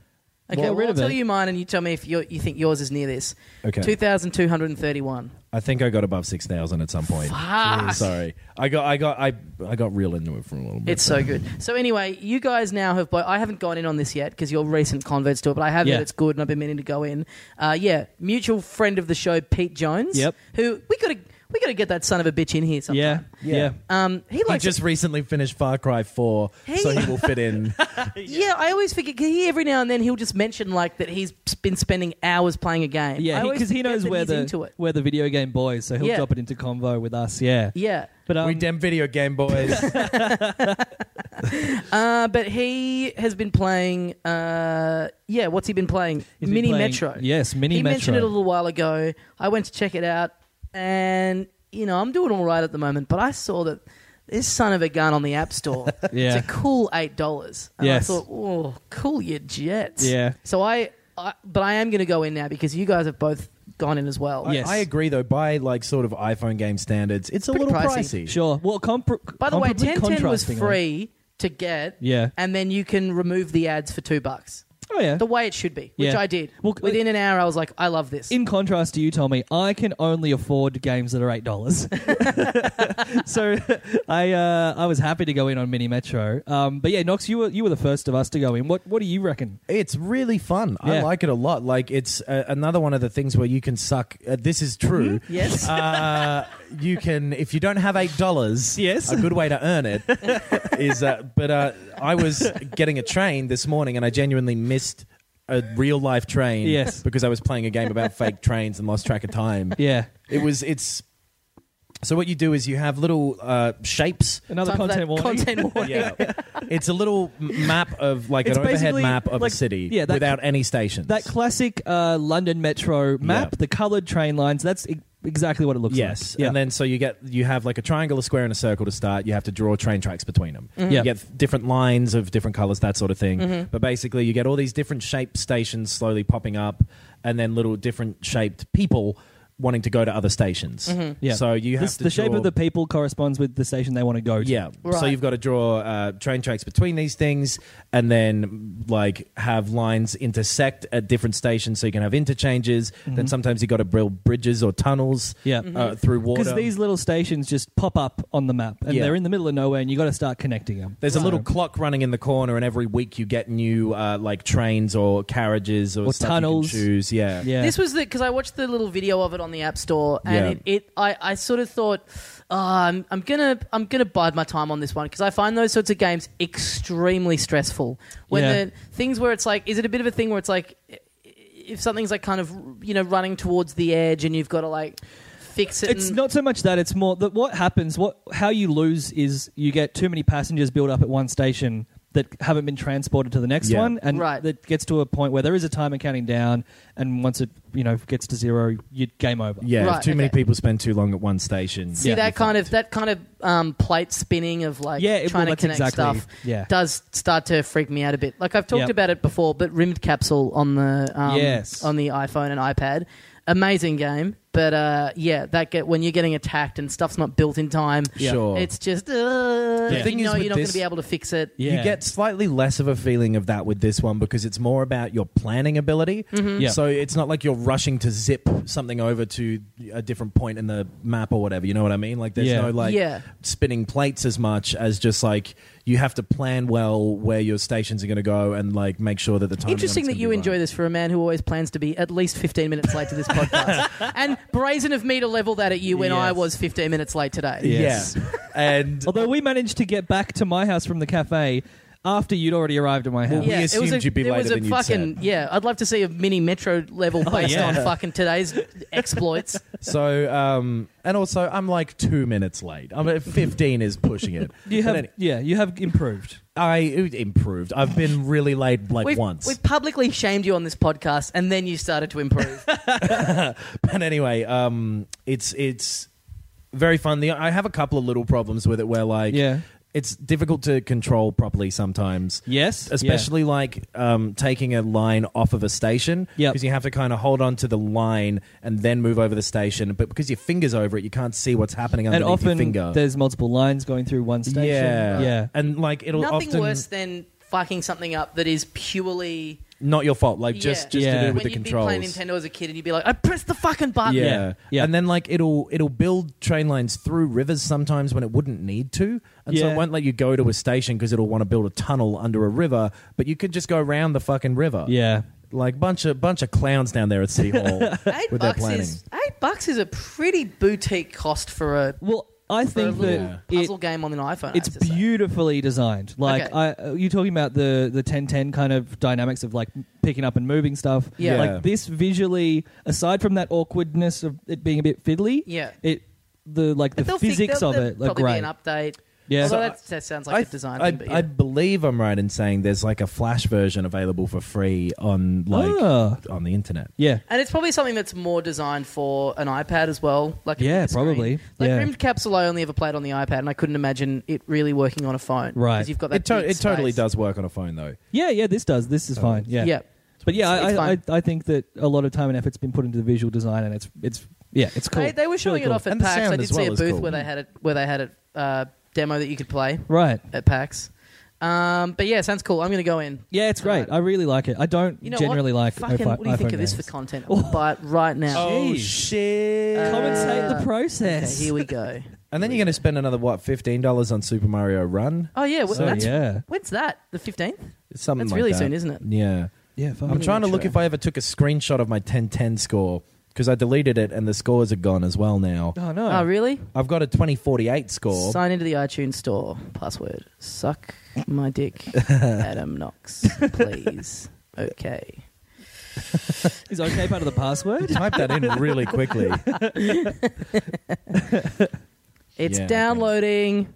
S1: Okay,
S2: Well,
S1: well,
S2: rid
S1: I'll
S2: of
S1: tell
S2: it.
S1: you mine, and you tell me if you you think yours is near this.
S3: Okay.
S1: two thousand two hundred thirty-one.
S3: I think I got above six thousand at some point.
S1: Fuck.
S3: Sorry, I got I got I I got real into it for a little bit.
S1: It's so good. So anyway, you guys now have. Bo- I haven't gone in on this yet because you're recent converts to it, but I have
S2: Yeah.
S1: heard it's good, and I've been meaning to go in. Uh, yeah, mutual friend of the show, Pete Jones.
S2: Yep.
S1: Who we gotta we gotta get that son of a bitch in here. Sometime.
S2: Yeah, yeah.
S1: Um, he
S3: he
S1: likes
S3: just recently finished Far Cry Four, so he will fit in.
S1: Yeah, I always forget. 'cause he every now and then he'll just mention like that he's been spending hours playing a game. I
S2: Yeah,
S1: always
S2: because he,
S1: forget
S2: knows
S1: that
S2: where
S1: he's
S2: the
S1: into it.
S2: where the video game boys, so he'll
S1: Yeah.
S2: drop it into convo with us. Yeah,
S1: Yeah,
S2: But um,
S3: we damn video game boys.
S1: uh, but he has been playing. Uh, yeah, what's he been playing?
S2: He's been
S1: Mini
S2: playing-
S1: Metro.
S2: yes, Mini
S1: He mentioned
S2: Metro.
S1: it a little while ago. I went to check it out, and you know I'm doing all right at the moment. But I saw that this son of a gun on the App Store.
S2: Yeah.
S1: it's a cool eight dollars. And
S2: Yes.
S1: I thought, oh, cool your jets.
S2: Yeah.
S1: So I, I but I am going to go in now because you guys have both gone in as well.
S2: Yes.
S3: I agree though. By like sort of iPhone game standards, it's a
S1: Pretty
S3: little
S1: pricey.
S3: pricey.
S2: sure. Well, compr-
S1: By the way,
S2: comparably
S1: ten ten was
S2: contrastingly-
S1: free to get.
S2: eh? Yeah.
S1: And then you can remove the ads for two bucks.
S2: Oh yeah.
S1: the way it should be, which
S2: Yeah.
S1: I did.
S2: Well, uh,
S1: Within an hour, I was like, I love this.
S2: in contrast to you, Tommy, I can only afford games that are eight dollars. so I uh, I was happy to go in on Mini Metro. Um, but yeah, Knox, you were you were the first of us to go in. What what do you reckon?
S3: It's really fun. I
S2: Yeah.
S3: like it a lot. Like it's uh, another one of the things where you can suck. Uh, this is true.
S2: Mm-hmm.
S1: yes.
S3: Uh, you can if you don't have eight dollars.
S2: Yes.
S3: a good way to earn it is. Uh, but uh, I was getting a train this morning, and I genuinely missed a real life train.
S2: Yes.
S3: because I was playing a game about fake trains and lost track of time.
S2: Yeah,
S3: it was. It's so what you do is you have little uh, shapes.
S2: another
S1: Time for
S2: content
S1: that
S2: warning.
S1: Content warning.
S3: Yeah, it's a little m- map of like
S2: It's
S3: an overhead
S2: basically
S3: map of
S2: like-
S3: a city
S2: yeah, that-
S3: without any stations.
S2: That classic uh, London Metro map,
S3: Yeah.
S2: the coloured train lines. That's e- exactly what it looks
S3: yes,
S2: like. Yeah.
S3: and then so you get you have like a triangle, a square, and a circle to start. You have to draw train tracks between them.
S2: Mm-hmm. Yeah. Mm-hmm.
S3: You get different lines of different colors, that sort of thing. But basically, you get all these different shaped stations slowly popping up, and then little different shaped people wanting to go to other stations.
S2: Yeah.
S3: So you have
S2: Mm-hmm. This-
S3: to
S2: the shape
S3: draw-
S2: of the people corresponds with the station they want to go to.
S3: Yeah. So
S1: Right.
S3: you've got to draw uh, train tracks between these things and then like have lines intersect at different stations so you can have interchanges. Then sometimes you've got to build bridges or tunnels
S2: Mm-hmm. Yeah.
S3: uh, through water.
S2: Because these little stations just pop up on the map and
S3: Yeah.
S2: they're in the middle of nowhere and you got to start connecting them.
S3: There's a little clock running in the corner, and every week you get new uh, like trains or carriages or,
S2: Or
S3: stuff you can
S2: tunnels.
S3: choose. Yeah.
S2: Yeah.
S1: This was the because I watched the little video of it on the App Store, and
S3: Yeah.
S1: it, it I, I sort of thought, oh, I'm, I'm gonna I'm gonna bide my time on this one because I find those sorts of games extremely stressful. When
S2: Yeah.
S1: the things where it's like, is it a bit of a thing where it's like, i- if something's like kind of you know running towards the edge and you've got to like fix it.
S2: It's
S1: and-
S2: not so much that; it's more that what happens. What how you lose is you get too many passengers build up at one station that haven't been transported to the next
S3: Yeah.
S2: one, and
S1: Right.
S2: that gets to a point where there is a timer counting down, and once it you know gets to zero, you game over.
S3: Yeah,
S1: Right,
S3: if too many
S1: okay.
S3: people spend too long at one station.
S1: See that kind of that kind of um, plate spinning of like
S2: Yeah, it-
S1: trying
S2: well,
S1: to
S2: that's
S1: connect
S2: exactly-
S1: stuff
S2: yeah.
S1: does start to freak me out a bit. Like I've talked
S2: Yep.
S1: about it before, but rimmed capsule on the um,
S2: Yes.
S1: on the iPhone and iPad, amazing game. But uh, yeah, that get when you're getting attacked and stuff's not built in time.
S3: Sure.
S1: it's just uh, the
S3: thing
S1: you
S3: is
S1: know
S3: with
S1: you're not going
S3: this-
S1: to be able to fix it.
S2: Yeah.
S3: You get slightly less of a feeling of that with this one because it's more about your planning ability.
S1: Mm-hmm.
S2: Yeah.
S3: So it's not like you're rushing to zip something over to a different point in the map or whatever. You know what I mean? Like there's
S2: Yeah.
S3: no like
S1: Yeah.
S3: spinning plates as much as just like you have to plan well where your stations are going to go and like make sure that the time.
S1: Interesting that you enjoy this for a man who always plans to be at least 15 minutes late to this podcast. and brazen of me to level that at you when I
S2: Yes.
S1: was 15 minutes late today.
S2: Yes.
S3: Yeah. and
S2: Although we managed to get back to my house from the cafe after you'd already arrived at my house.
S3: Well, we
S1: it was
S3: assumed
S1: a-
S3: you'd be
S1: it
S3: later
S1: was a
S3: than you'd
S1: fucking,
S3: said. Oh,
S1: Yeah, I'd love to see a mini metro level based
S2: yeah.
S1: on fucking today's exploits.
S3: so um and also I'm like 2 minutes late. I'm at 15 is pushing it.
S2: you
S3: But
S2: have
S3: any-
S2: yeah, you have improved.
S3: I it improved. I've been really late like
S1: We've,
S3: once.
S1: we've publicly shamed you on this podcast, and then you started to improve.
S3: But anyway, um, it's it's very fun. The, I have a couple of little problems with it where like
S2: Yeah.
S3: it's difficult to control properly sometimes.
S2: Yes,
S3: especially like um, taking a line off of a station because
S2: Yep.
S3: you have to kind of hold on to the line and then move over the station. But because your fingers over it, you can't see what's happening
S2: And
S3: underneath your
S2: often
S3: finger.
S2: there's multiple lines going through one station.
S3: yeah,
S2: yeah.
S3: and like it'll
S1: Nothing
S3: often
S1: worse than fucking something up that is purely
S3: not your fault. Like just
S1: Yeah.
S3: just
S2: Yeah.
S3: to do
S2: When
S3: with
S1: when
S3: the
S1: you'd
S3: controls.
S1: be playing Nintendo as a kid, and you'd be like, "I pressed the fucking button."
S3: Yeah.
S2: Yeah. Yeah.
S3: And then like it'll it'll build train lines through rivers sometimes when it wouldn't need to. And so
S2: Yeah.
S3: it won't let you go to a station because it'll want to build a tunnel under a river, but you could just go around the fucking river.
S2: Yeah.
S3: Like bunch of bunch of clowns down there at City Hall
S1: Eight
S3: with their
S1: bucks
S3: planning.
S1: is eight bucks is a pretty boutique cost for a,
S2: Well, I
S1: for a
S2: think
S1: little
S2: that it-
S1: puzzle game on an iPhone. I
S2: it's
S1: have to say.
S2: beautifully designed.
S1: Okay.
S2: Like I, you're talking about the the ten ten kind of dynamics of like picking up and moving stuff.
S1: Yeah.
S3: Yeah.
S2: Like this visually, aside from that awkwardness of it being a bit fiddly.
S1: Yeah.
S2: It the like
S1: But
S2: the
S1: they'll fix-
S2: physics
S1: they'll-
S2: of
S1: there'll
S2: it look
S1: probably
S2: great.
S1: Be an update.
S2: Yeah.
S1: Although
S2: So
S1: that's- that sounds like a design
S3: I,
S1: thing. but
S3: I
S1: yeah.
S3: believe I'm right in saying there's like a flash version available for free on like
S2: Ah.
S3: on the internet.
S2: yeah.
S1: And it's probably something that's more designed for an iPad as well. Like a
S2: Yeah,
S1: bigger screen.
S2: probably.
S1: Like
S2: Yeah.
S1: rimmed capsule, I only ever played on the iPad, and I couldn't imagine it really working on a phone.
S2: Right.
S1: Because you've got that.
S3: It, to-
S1: big
S3: it totally
S1: space.
S3: does work on a phone though.
S2: Yeah. Yeah. This does. This is fine. Yeah.
S1: Yeah.
S2: But yeah,
S1: It's- it's
S2: I, I,
S1: fine.
S2: I think that a lot of time and effort's been put into the visual design, and it's it's yeah, it's cool.
S1: They, they were
S2: It's
S1: showing
S2: really cool.
S1: it off at
S3: And the
S1: PAX. I
S3: sound
S1: did
S3: as
S1: see a
S3: well
S1: booth
S3: is cool.
S1: where they had it where they had it uh, demo that you could play
S2: right.
S1: at PAX. Um, but yeah, sounds cool. I'm going to go in.
S2: Yeah, it's great. I really like it. I don't
S1: You know
S2: generally
S1: what?
S2: like
S1: Fucking,
S2: iPhone-
S1: what do you think of this
S2: iPhone
S1: for
S2: games.
S1: content? I'll buy it right now.
S3: Oh shit.
S2: Commentate the
S1: Ah. Okay,
S2: process.
S1: here we go.
S3: And then you're going to spend another what fifteen dollars on Super Mario Run,
S1: Oh yeah, well,
S2: So,
S1: that's,
S2: yeah.
S1: When's that? The fifteenth?
S3: something.
S1: That's
S3: like
S1: really
S3: that.
S1: soon, isn't it?
S3: Yeah,
S2: yeah, fuck.
S3: I'm trying to look if I ever took a screenshot of my 1010 score because I deleted it and the scores are gone as well now.
S2: Oh no!
S1: Oh really?
S3: I've got a 2048 score.
S1: Sign into the iTunes store. Password: suck my dick, Adam Knox, please. Okay.
S2: Is okay part of the password?
S3: Type that in really quickly.
S1: It's
S3: Yeah, okay.
S1: downloading.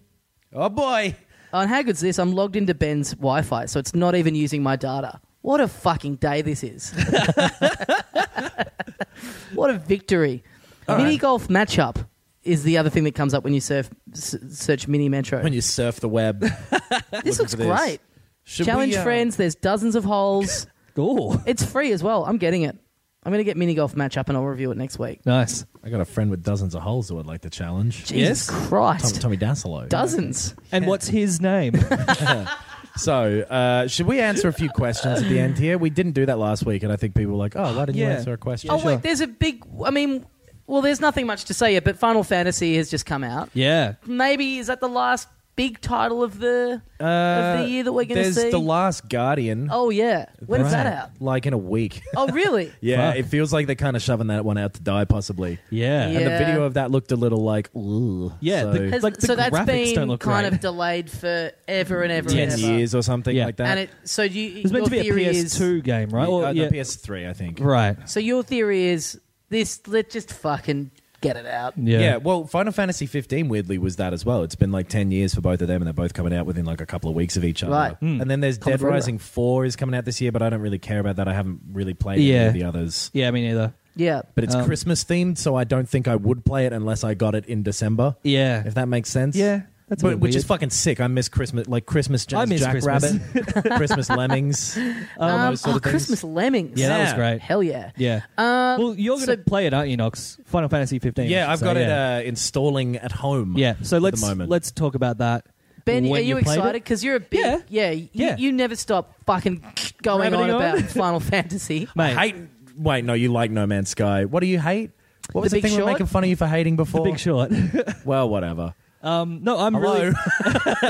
S3: oh boy.
S1: On how good's this? I'm logged into Ben's Wi-Fi, so it's not even using my data. What a fucking day this is! what a victory! mini golf matchup is the other thing that comes up when you surf, s- search mini metro.
S3: When you surf the web.
S1: this
S3: looking
S1: looks
S3: for this.
S1: great.
S3: Should
S1: Challenge
S3: we, uh,
S1: friends. There's dozens of holes.
S2: oh,
S1: It's free as well. I'm getting it. I'm going to get mini golf matchup and I'll review it next week.
S2: nice.
S3: I got a friend with dozens of holes who I'd like to challenge.
S1: Jesus
S3: Tom,
S1: Christ.
S3: Tommy Dasilo.
S1: Dozens.
S2: And what's his name?
S3: So, uh, should we answer a few questions at the end here? We didn't do that last week, and I think people were like, "Oh, why didn't you
S2: Yeah.
S3: answer a question?"
S1: oh, wait, there's a big. I mean, well, there's nothing much to say yet, but Final Fantasy has just come out.
S2: yeah,
S1: Maybe, is that the last big title of the
S3: Uh,
S1: of the year that we're going to
S3: there's
S1: see?
S3: the Last Guardian.
S1: oh yeah, when's
S2: Right.
S1: that out?
S3: Like in a week.
S1: Oh really?
S3: yeah,
S2: Fuck.
S3: it feels like they're kind of shoving that one out to die, possibly.
S2: Yeah.
S3: And the
S1: Yeah.
S3: video of that looked a little like, ooh.
S2: Yeah,
S3: So,
S2: the-
S1: Has-
S2: Like,
S1: so that's
S2: graphics
S1: been
S2: don't look
S1: kind
S2: great.
S1: of delayed for ever and ever.
S3: 10
S1: and ever.
S3: years or something
S2: Yeah.
S3: like that.
S1: And it so you,
S2: It was meant
S1: your
S2: to be a
S1: theory
S2: PS2
S1: is
S2: game, right? Or-
S3: Uh,
S2: yeah.
S3: the PS3, I think.
S2: Right.
S1: so your theory is this. Let's just fucking get it out.
S2: Yeah.
S3: Yeah. well, Final Fantasy 15 weirdly was that as well. It's been like 10 years for both of them, and they're both coming out within like a couple of weeks of each other.
S1: Right.
S2: Hmm.
S3: And then there's Dead
S1: Commodore.
S3: Rising 4 is coming out this year, but I don't really care about that. I haven't really played any
S2: Yeah. Um,
S3: of the others.
S2: Yeah, me neither.
S1: Yeah,
S3: But it's Christmas themed, so I don't think I would play it unless I got it in December.
S2: Yeah.
S3: If that makes sense.
S2: Yeah, that's a
S3: but,
S2: bit
S3: which is
S2: weird.
S3: fucking sick. I miss Christmas, like Christmas
S2: I
S3: James
S2: miss
S3: Jackrabbit, Christmas Lemmings, all
S1: Um,
S3: those sort
S1: oh,
S3: of things.
S1: Christmas Lemmings.
S2: Yeah, that was
S3: Yeah.
S2: great.
S1: Hell yeah.
S2: Yeah.
S1: Um,
S2: well, you're going to
S1: so-
S2: play it, aren't you, Nox? Final Fantasy 15.
S3: Yeah, I've
S2: so,
S3: got
S2: yeah.
S3: it uh, installing at home.
S2: yeah. So
S3: at
S2: let's
S3: the moment.
S2: let's talk about that.
S1: Ben,
S2: when
S1: are you,
S2: played it.
S1: excited? Because you're a big yeah.
S2: Yeah.
S1: you,
S2: Yeah.
S1: you never stop fucking going on,
S2: Rabbiting on.
S1: about Final Fantasy.
S2: Mate,
S3: hate. Wait, no, you like No Man's Sky. What do you hate? What was
S1: The Big
S3: the, thing we
S1: Short?
S3: were making fun of you for hating before?
S2: big short.
S3: Well, whatever.
S2: um, no, I'm
S3: Hello. Oh,
S2: really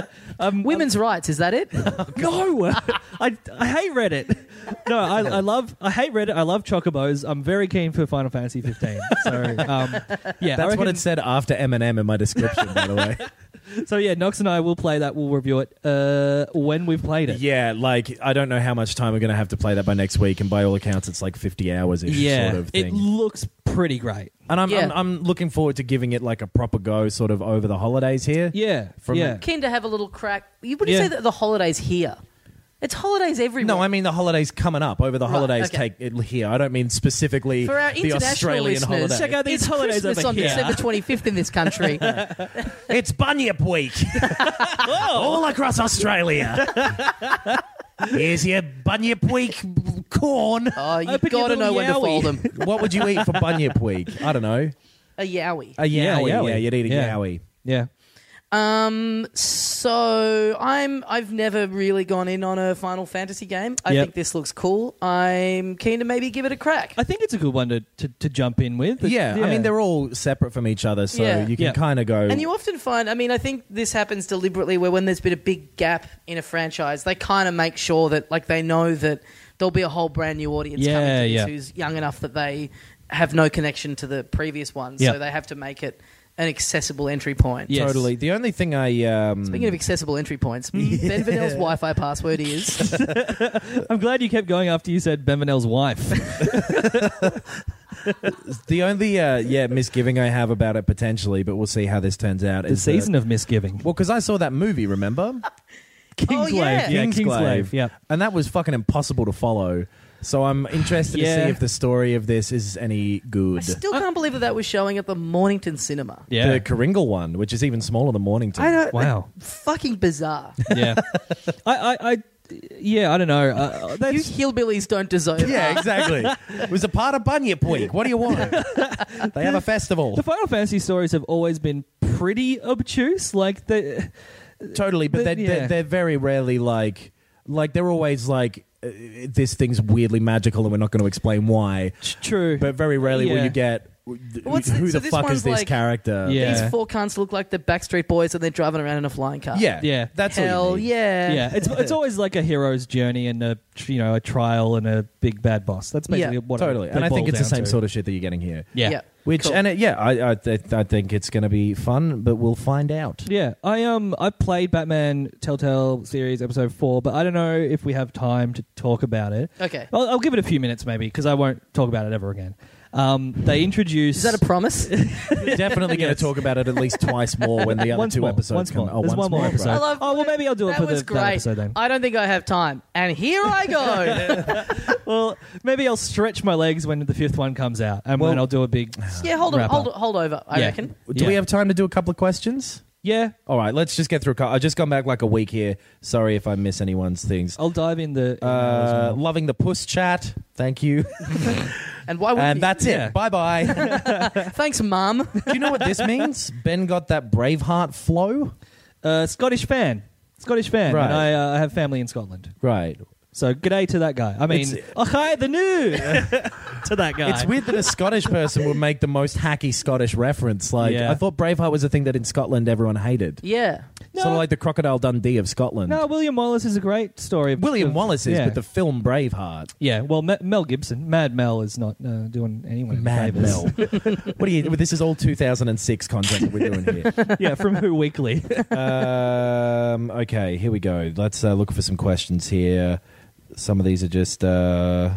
S1: Women's rights, is that it?
S2: no. I, I hate Reddit. No, I, I love I hate Reddit. I love chocobos. I'm very keen for Final Fantasy 15. So um, yeah, I
S3: That's what
S2: reckon-
S3: it said after Eminem in my description, by the way.
S2: So yeah, Nox and I will play that. We'll review it uh, when we've played it.
S3: yeah, like I don't know how much time we're going to have to play that by next week, and by all accounts, it's like fifty hours ish
S2: Yeah,
S3: sort of
S2: it
S3: thing.
S2: looks pretty great.
S3: and I'm,
S1: Yeah.
S3: I'm I'm looking forward to giving it like a proper go, sort of over the holidays here.
S2: Yeah,
S3: From-
S2: yeah.
S1: Keen to have a little crack. You wouldn't say
S2: Yeah.
S1: that the holidays here. It's holidays everywhere.
S3: No, I mean the holidays coming up. Over the holidays,
S1: okay.
S3: take it here. I don't mean specifically
S1: for our
S3: the
S1: international
S3: Australian
S1: listeners,
S3: holiday.
S2: Check out these
S1: it's
S2: holidays
S1: Christmas
S2: over
S1: on
S2: here.
S1: December 25th in this country.
S3: It's Bunyip Week. All across Australia. Here's your Bunyip Week corn.
S1: oh, you've
S2: Open your
S1: got to know
S2: little
S1: when to
S2: yowie.
S1: fold them.
S3: What would you eat for Bunyip Week? I don't know.
S1: A yowie.
S3: A yowie. Yeah,
S2: yowie.
S3: you'd eat a
S2: Yeah.
S3: yowie.
S2: Yeah,
S1: Um, so I'm I've never really gone in on a Final Fantasy game. I
S2: Yep.
S1: think this looks cool. I'm keen to maybe give it a crack.
S2: I think it's a good one to, to, to jump in with.
S3: Yeah, I mean they're all separate from each other, so
S1: Yeah.
S3: you can
S2: Yeah.
S3: kind of go.
S1: And you often find, I mean, I think this happens deliberately where when there's been a big gap in a franchise, they kind of make sure that, like, they know that there'll be a whole brand new audience
S2: Yeah,
S1: coming to this
S2: yeah.
S1: who's young enough that they have no connection to the previous one.
S2: Yeah.
S1: So they have to make it an accessible entry point.
S2: Yeah. yes.
S3: Totally. The only thing I um,
S1: Speaking of accessible entry points, Ben Vanel's Wi Fi password is.
S2: I'm glad you kept going after you said Benvenel's wife.
S3: the only uh, yeah misgiving I have about it potentially, but we'll see how this turns out.
S2: the
S3: is that-
S2: season of misgiving.
S3: well, because I saw that movie. Remember?
S2: Kingsglaive.
S1: Oh, yeah.
S2: yeah,
S3: Kingsglaive.
S2: Kingsglaive. Yeah.
S3: And that was fucking impossible to follow. So I'm interested to
S2: Yeah.
S3: see if the story of this is any good.
S1: I still can't believe that that was showing at the Mornington Cinema.
S2: Yeah.
S3: The Coringle one, which is even smaller than Mornington.
S1: I don't.
S2: Wow.
S1: Fucking bizarre.
S2: yeah. I, I, I, yeah, I don't know. Uh,
S1: you
S2: that's,
S1: hillbillies don't deserve
S3: yeah, exactly. it was a part of Bunyip Week. What do you want? they have a festival.
S2: the Final Fantasy stories have always been pretty obtuse. Like the
S3: Totally, but
S2: But,
S3: they're,
S2: yeah.
S3: they're, they're very rarely like, like they're always like, uh, this thing's weirdly magical and we're not going to explain why.
S2: true.
S3: But very rarely will
S2: Yeah.
S3: you get th-
S1: What's the-
S3: who
S1: so
S3: the
S1: this
S3: fuck
S1: one's
S3: is this
S1: like-
S3: character.
S2: Yeah.
S1: These four cunts look like the Backstreet Boys and they're driving around in a flying car.
S3: yeah,
S2: Yeah.
S3: That's all you
S1: Hell
S3: need.
S1: yeah.
S2: yeah, it's it's always like a hero's journey and a tr- you know a trial and a big bad boss. That's basically
S1: Yeah.
S2: what it-
S3: totally.
S2: it
S3: And I think
S2: boils
S3: it's the
S2: down
S3: same
S2: to.
S3: sort of shit that you're getting here.
S2: Yeah.
S1: Yeah.
S3: Which
S1: Cool.
S3: and it, yeah, I I, th- I think it's going to be fun, but we'll find out.
S2: Yeah, I um I played Batman Telltale series episode four, but I don't know if we have time to talk about it.
S1: Okay.
S2: I'll, I'll give it a few minutes maybe because I won't talk about it ever again. Um, they introduce
S1: Is that a promise?
S3: We're definitely going to talk about it at least twice more when the other
S2: Once
S3: two
S2: more,
S3: episodes
S2: once
S3: come.
S2: more. There's
S3: once
S2: one more
S3: right.
S2: episode. Oh, well, maybe I'll do it
S1: that
S2: for the-
S1: was
S2: that
S1: great.
S2: episode then.
S1: I don't think I have time. And here I go.
S2: well, maybe I'll stretch my legs when the fifth one comes out, and
S3: Well-
S2: then I'll do a big
S1: yeah, hold on,
S2: Wrap up.
S1: hold, hold over. I
S2: Yeah.
S1: reckon.
S3: Do we
S2: Yeah.
S3: have time to do a couple of questions?
S2: yeah.
S3: All right, let's just get through. a cou- I've just gone back like a week here. Sorry if I miss anyone's things.
S2: I'll dive in the.
S3: Uh, loving the puss chat. Thank you.
S1: And why would
S3: And that's
S2: Yeah.
S3: it. Bye bye.
S1: Thanks, Mum.
S3: do you know what this means? Ben got that Braveheart flow.
S2: uh, Scottish fan, Scottish fan,
S3: Right.
S2: and I, uh, I have family in Scotland.
S3: Right.
S2: So g'day to that guy. I mean,
S3: It's-
S2: oh hi the new to that guy.
S3: It's weird that a Scottish person would make the most hacky Scottish reference. Like
S2: Yeah.
S3: I thought Braveheart was a thing that in Scotland everyone hated.
S1: Yeah.
S3: Sort of like the Crocodile Dundee of Scotland.
S2: No, William Wallace is a great story. Of,
S3: William
S2: of-
S3: Wallace is,
S2: yeah.
S3: but the film Braveheart.
S2: yeah. Well, Ma- Mel Gibson, Mad Mel, is not uh, doing anyone any favors.
S3: what are you? This is all 2006 content that we're doing here.
S2: yeah, from Who Weekly.
S3: Um, okay, here we go. Let's uh, look for some questions here. Some of these are just uh,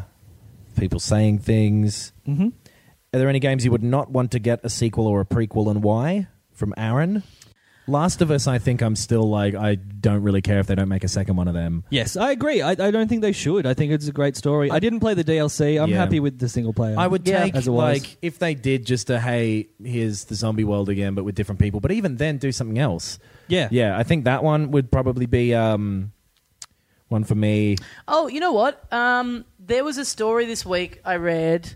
S3: people saying things. Mm-hmm. Are there any games you would not want to get a sequel or a prequel, and why? From Aaron. Last of Us, I think I'm still like I don't really care if they don't make a second one of them.
S2: yes, I agree. I, I don't think they should. I think it's a great story. I didn't play the DLC. I'm
S3: Yeah.
S2: happy with the single player.
S3: I would
S1: Yeah.
S3: take
S2: As it was.
S3: like if they did just a hey, here's the zombie world again, but with different people. But even then, do something else.
S2: Yeah.
S3: yeah. I think that one would probably be um, one for me.
S1: Oh, you know what? Um, there was a story this week I read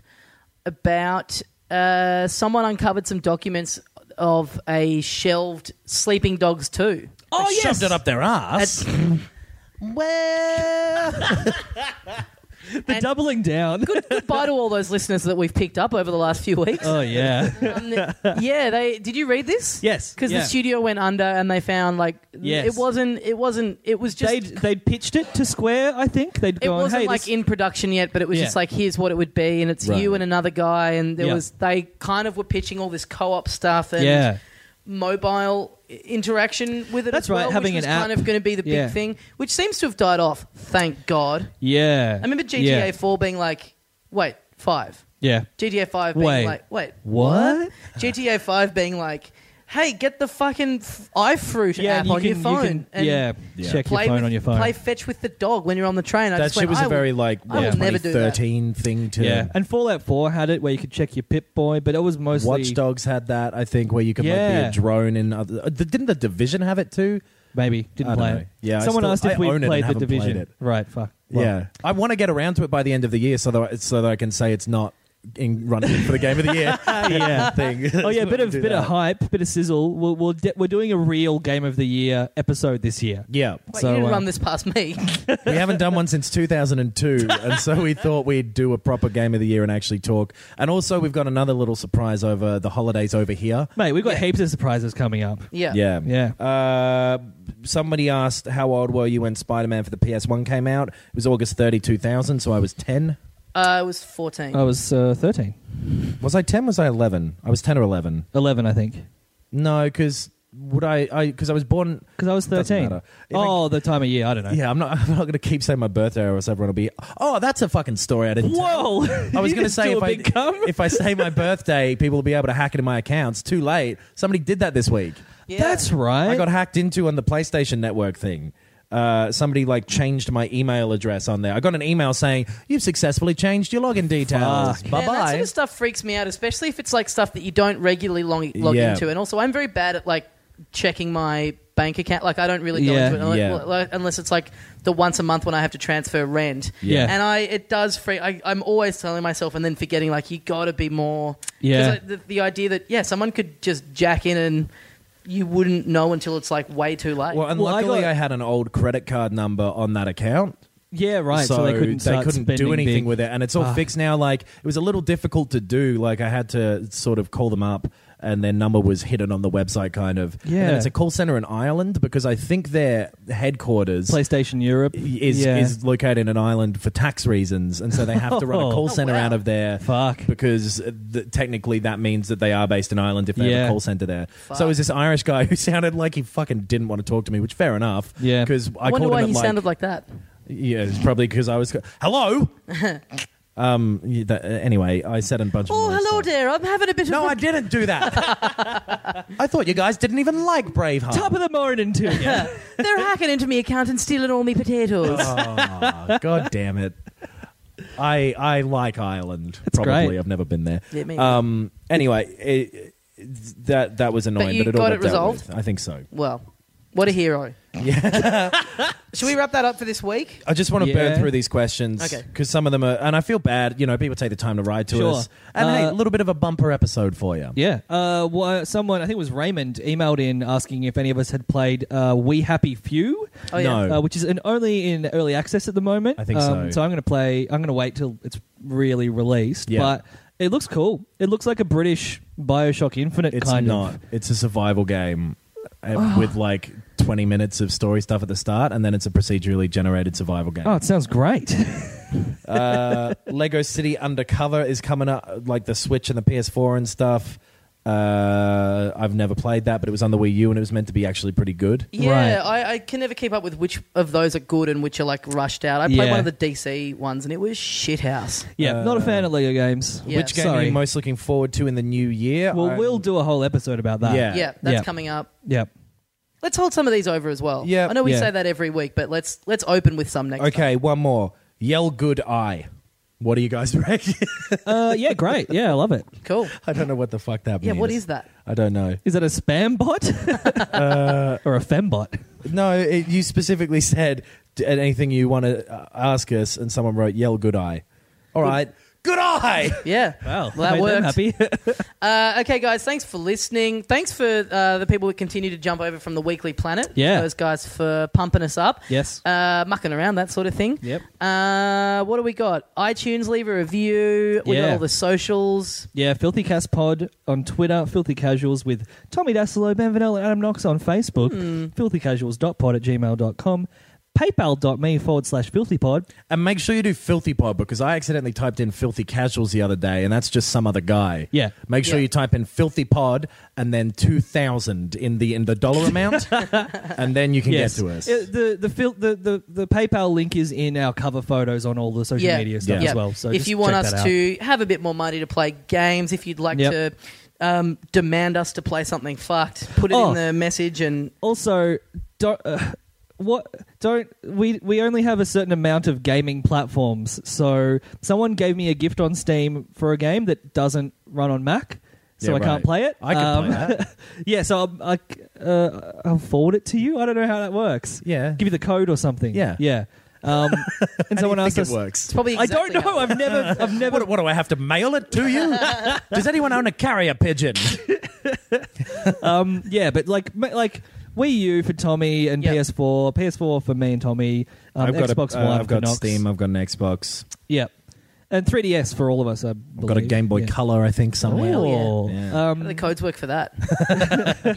S1: about uh, someone uncovered some documents of a shelved Sleeping Dogs 2.
S2: Oh yes.
S3: their ass.
S1: Well,
S2: The doubling down.
S1: goodbye to all those listeners that we've picked up over the last few weeks.
S2: Oh yeah.
S1: Um, yeah, they did you read this?
S2: Yes,
S1: because
S2: yeah.
S1: the studio went under and they found like
S2: Yes.
S1: it wasn't it wasn't it was just
S2: they'd they'd pitched it to Square. I think they'd
S1: it
S2: gone.
S1: wasn't
S2: hey,
S1: like
S2: this-
S1: in production yet, but it was
S2: Yeah.
S1: just like here's what it would be, and it's you
S3: Right.
S1: and another guy, and there
S2: Yeah.
S1: was they kind of were pitching all this co-op stuff and
S2: Yeah.
S1: mobile i- interaction with it.
S2: That's
S1: as
S2: right,
S1: well,
S2: having
S1: which
S2: an
S1: was kind
S2: app.
S1: of going to be the big
S2: Yeah.
S1: thing, which seems to have died off. Thank God.
S2: Yeah.
S1: I remember GTA
S2: Yeah.
S1: Four being like, wait, five.
S2: Yeah.
S1: GTA Five being
S2: Wait.
S1: like, wait,
S2: What?
S1: GTA Five being like, hey, get the fucking f- iFruit
S2: Yeah,
S1: app
S2: and you
S1: on
S2: can-
S1: your
S2: you
S1: phone.
S2: can-
S1: and
S2: yeah,
S3: Yeah.
S2: check your
S1: play
S2: phone
S1: with-
S2: on your phone.
S1: Play fetch with the dog when you're on the train. I
S3: That
S1: just
S3: shit
S1: went,
S3: was
S1: I
S3: a very
S1: will-
S3: like
S1: I will never do that.
S3: 2013 thing to
S2: Yeah, and Fallout 4 had it where you could check your Pip Boy, but it was mostly
S3: Watch Dogs had that, I think, where you could
S2: Yeah.
S3: like be a drone and other. uh, Didn't the Division have it too?
S2: Maybe
S3: I
S2: didn't
S3: don't
S2: play
S3: know.
S2: it.
S3: Yeah, I
S2: someone
S3: still-
S2: asked if
S3: I
S2: we
S3: own it and
S2: played the
S3: haven't played
S2: division.
S3: it.
S2: Right, fuck.
S3: yeah, I want to get around to it by the end of the year, so that I- so that I can say it's not in running for the game of the year.
S2: yeah.
S3: thing.
S2: Oh yeah, bit of
S3: Do
S2: bit of
S3: that.
S2: hype, bit of sizzle. We'll, we'll de- we're doing a real game of the year episode this year.
S3: Yeah,
S1: Wait,
S2: So,
S1: you didn't
S2: uh,
S1: run this past me.
S3: we haven't done one since 2002, and so we thought we'd do a proper game of the year and actually talk. And also, we've got another little surprise over the holidays over here.
S2: Mate, we've got heaps of surprises coming up.
S1: yeah.
S3: Yeah,
S2: Yeah.
S3: Uh, somebody asked, "How old were you when Spider-Man for the PS1 came out?" It was August 30, 2000, so I was 10.
S1: Uh, I was 14.
S2: I was uh, 13.
S3: Was I 10? Was I 11? I was 10 or 11.
S2: 11, I think.
S3: No, because would I? I because I was born.
S2: Because I was
S3: Doesn't
S2: 13.
S3: matter. If I-
S2: Oh, the time of year, I don't know.
S3: Yeah, I'm not. I'm not going to keep saying my birthday, or else everyone will be. Oh, that's a fucking story. I didn't. tell."
S2: Whoa!
S3: I was
S2: You
S3: going to
S2: just
S3: say
S2: do
S3: if
S2: a
S3: I,
S2: big cum?
S3: if I say my birthday, people will be able to hack into my accounts. Too late. Somebody did that this week.
S1: Yeah.
S2: That's right.
S3: I got hacked into on the PlayStation Network thing. Uh, somebody like changed my email address on there. I got an email saying you've successfully changed your login details.
S2: Fuck.
S3: Bye
S1: Man, that sort
S3: bye.
S1: of stuff freaks me out, especially if it's like stuff that you don't regularly log, log
S3: Yeah.
S1: into. And also, I'm very bad at like checking my bank account. Like, I don't really go
S2: Yeah.
S1: into it unless,
S3: Yeah.
S1: like, unless it's like the once a month when I have to transfer rent.
S2: Yeah.
S1: And I, it does freak. I, I'm always telling myself and then forgetting, like, you got to be more. 'cause
S2: Yeah.
S1: I- the, the idea that, yeah, someone could just jack in and you wouldn't know until it's like way too late.
S3: well, and
S2: Well, I
S3: luckily I,
S2: got-
S3: had an old credit card number on that account.
S2: yeah, right. So, they couldn't, start
S3: couldn't
S2: spending
S3: do anything
S2: big. Ah.
S3: with it, and it's all fixed now. Like it was a little difficult to do. Like I had to sort of call them up, and their number was hidden on the website, kind of. And then
S2: Yeah.
S3: it's a call center in Ireland because I think their headquarters
S2: PlayStation Europe
S3: is
S2: yeah.
S3: is located in an island for tax reasons, and so they have to run a
S2: Oh.
S3: call center
S1: wow.
S3: out of there.
S2: Fuck.
S3: because th- technically that means that they are based in Ireland if they have
S2: Yeah.
S3: a call center there. So it was this Irish guy who sounded like he fucking didn't want to talk to me, which fair enough.
S2: Yeah.
S3: because I,
S1: I wonder
S3: called
S1: why
S3: him
S1: he
S3: at,
S1: sounded like that.
S3: yeah, it's probably because I was go- hello. um. yeah, that- uh, anyway, I said a bunch of.
S1: Oh,
S3: more
S1: hello
S3: stuff.
S1: there. I'm having a bit
S3: No,
S1: of.
S3: I didn't do that. I thought you guys didn't even like Braveheart.
S2: Top of the morning to you.
S1: They're hacking into me account and stealing all me potatoes.
S3: Oh, God damn it. I I like Ireland. probably
S2: great.
S3: I've never been there.
S1: Yeah, me neither.
S3: um. Anyway, it, it- that that was annoying,
S1: you
S3: but, it
S1: got
S3: all got
S1: it
S3: dealt with.
S1: resolved?
S3: I think so.
S1: Well, what a hero. Yeah. Should we wrap that up for this week?
S3: I just want to
S2: Yeah.
S3: burn through these questions
S1: Okay.
S3: because some of them are, and I feel bad. You know, people take the time to write to
S2: Sure.
S3: us, and hey,
S2: Uh,
S3: a little bit of a bumper episode for you.
S2: Yeah. Uh, wha- someone, I think it was Raymond, emailed in asking if any of us had played uh, We Happy Few,
S1: Oh, yeah.
S3: No.
S2: uh, which is an, only in early access at the moment. Um,
S3: I think so.
S2: So I'm going to play, I'm going to wait till it's really released.
S3: Yeah.
S2: But it looks cool. It looks like a British Bioshock Infinite
S3: It's
S2: kind
S3: not.
S2: of.
S3: It's a survival game. uh,
S1: Oh.
S3: with like 20 minutes of story stuff at the start, and then it's a procedurally generated survival game.
S2: Oh, it sounds great.
S3: Uh, Lego City Undercover is coming up, like the Switch and the PS4 and stuff. Uh, I've never played that, but it was on the Wii U and it was meant to be actually pretty good.
S1: Yeah,
S2: Right.
S1: I, I can never keep up with which of those are good and which are like rushed out. I played
S2: Yeah.
S1: one of the DC ones and it was shit house.
S2: Yeah, not a fan of Lego games.
S1: Yeah.
S3: Uh, Which game are
S2: Sorry.
S3: you most looking forward to in the new year?
S2: Well,
S3: I'm-
S2: we'll do a whole episode about that.
S3: Yeah.
S1: Yeah, that's
S2: Yeah.
S1: coming up.
S2: Yep.
S1: Let's hold some of these over as well.
S3: Yeah,
S1: I know we
S2: yeah.
S1: say that every week, but let's let's open with some next. time.
S3: Okay, one more. Yell good eye. What do you guys reckon?
S2: Uh, yeah, great. Yeah, I love it.
S1: cool.
S3: I don't know what the fuck that
S1: Yeah,
S3: means.
S1: what is that?
S3: I don't know.
S2: Is that a spam bot?
S3: Uh,
S2: or a fembot?
S3: No, it, you specifically said "D- anything you want to uh, ask us, and someone wrote yell good eye. All right, good eye.
S1: Yeah.
S2: Wow.
S1: Well, that
S2: made them
S1: worked.
S2: happy.
S1: Uh, okay, guys, thanks for listening. Thanks for uh, the people who continue to jump over from the Weekly Planet.
S2: Yeah.
S1: Those guys for pumping us up.
S2: Yes.
S1: Uh, mucking around, that sort of thing.
S2: Yep.
S1: Uh, what do we got? iTunes, leave a review. We got
S2: Yeah.
S1: all the socials.
S2: yeah, Filthy Cast Pod on Twitter, Filthy Casuals with Tommy Dasilo, Ben Vanel, and Adam Knox on Facebook,
S1: Hmm.
S2: filthycasuals.pod at gmail.com, paypal.me forward slash filthypod.
S3: and make sure you do filthy pod because I accidentally typed in filthy casuals the other day, and that's just some other guy.
S2: Yeah.
S3: Make sure
S1: Yeah.
S3: you type in filthy pod and then two thousand in the in the dollar amount, and then you can get to us.
S2: Uh, the, the, fil- the, the, the PayPal link is in our cover photos on all the social
S1: yeah.
S2: media stuff
S3: Yeah.
S2: as well. So
S1: if
S2: just
S1: you want
S2: check
S1: us
S2: that out.
S1: to have a bit more money to play games, if you'd like
S2: Yep.
S1: to um, demand us to play something fucked, put it
S2: Oh.
S1: in the message and
S2: also don't uh, what don't we we only have a certain amount of gaming platforms so someone gave me a gift on steam for a game that doesn't run on mac so
S3: Yeah,
S2: i
S3: right.
S2: can't play it Um,
S3: I can play that.
S2: yeah so I'll, I, uh, I'll forward it to you i don't know how that works
S3: Yeah.
S2: give you the code or something
S3: Yeah.
S2: yeah um, and someone
S3: I
S2: else
S3: think it works.
S1: probably.
S2: i don't
S1: exactly how-
S2: know i've never i've never
S3: What, what do I have to mail it to you? Does anyone own a carrier pigeon?
S2: yeah but like ma- like Wii U for Tommy and
S1: Yeah.
S2: PS4, PS4 for me and Tommy, um, Xbox One
S3: I've
S2: for
S3: got
S2: Knox.
S3: Steam. I've got an Xbox.
S2: Yep. And 3DS for all of us. I
S3: I've got a Game Boy Color. I think somewhere.
S2: Oh,
S3: yeah.
S1: How do the
S2: Um,
S1: codes work for that?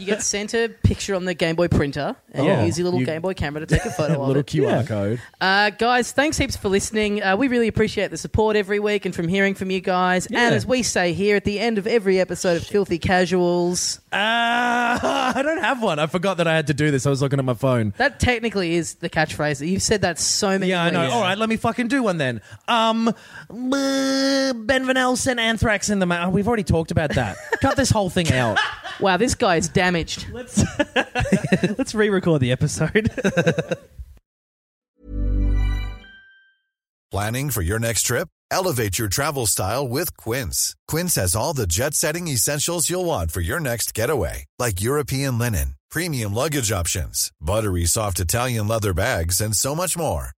S1: you get sent a picture on the Game Boy printer, and
S2: Oh.
S3: Yeah.
S1: you use your little
S3: You-
S1: Game Boy camera to take a photo of
S3: little
S1: it.
S3: QR
S2: Yeah.
S3: code.
S1: Uh, guys, thanks heaps for listening. Uh, we really appreciate the support every week and from hearing from you guys. And
S2: Yeah.
S1: as we say here at the end of every episode of Filthy Casuals,
S3: Uh, I don't have one. I forgot that I had to do this. I was looking at my phone.
S1: that technically is the catchphrase. You've said that so many
S3: Yeah, I
S1: ways.
S3: know. All right, let me fucking do one then. Um, uh, Ben Van Elsen, Anthrax in the ma- oh, We've already talked about that. Cut this whole thing out.
S1: Wow, this guy is damaged.
S2: let's re-record the episode.
S4: Planning for your next trip? Elevate your travel style with Quince. Quince has all the jet setting essentials you'll want for your next getaway, like European linen, premium luggage options, buttery soft Italian leather bags, and so much more.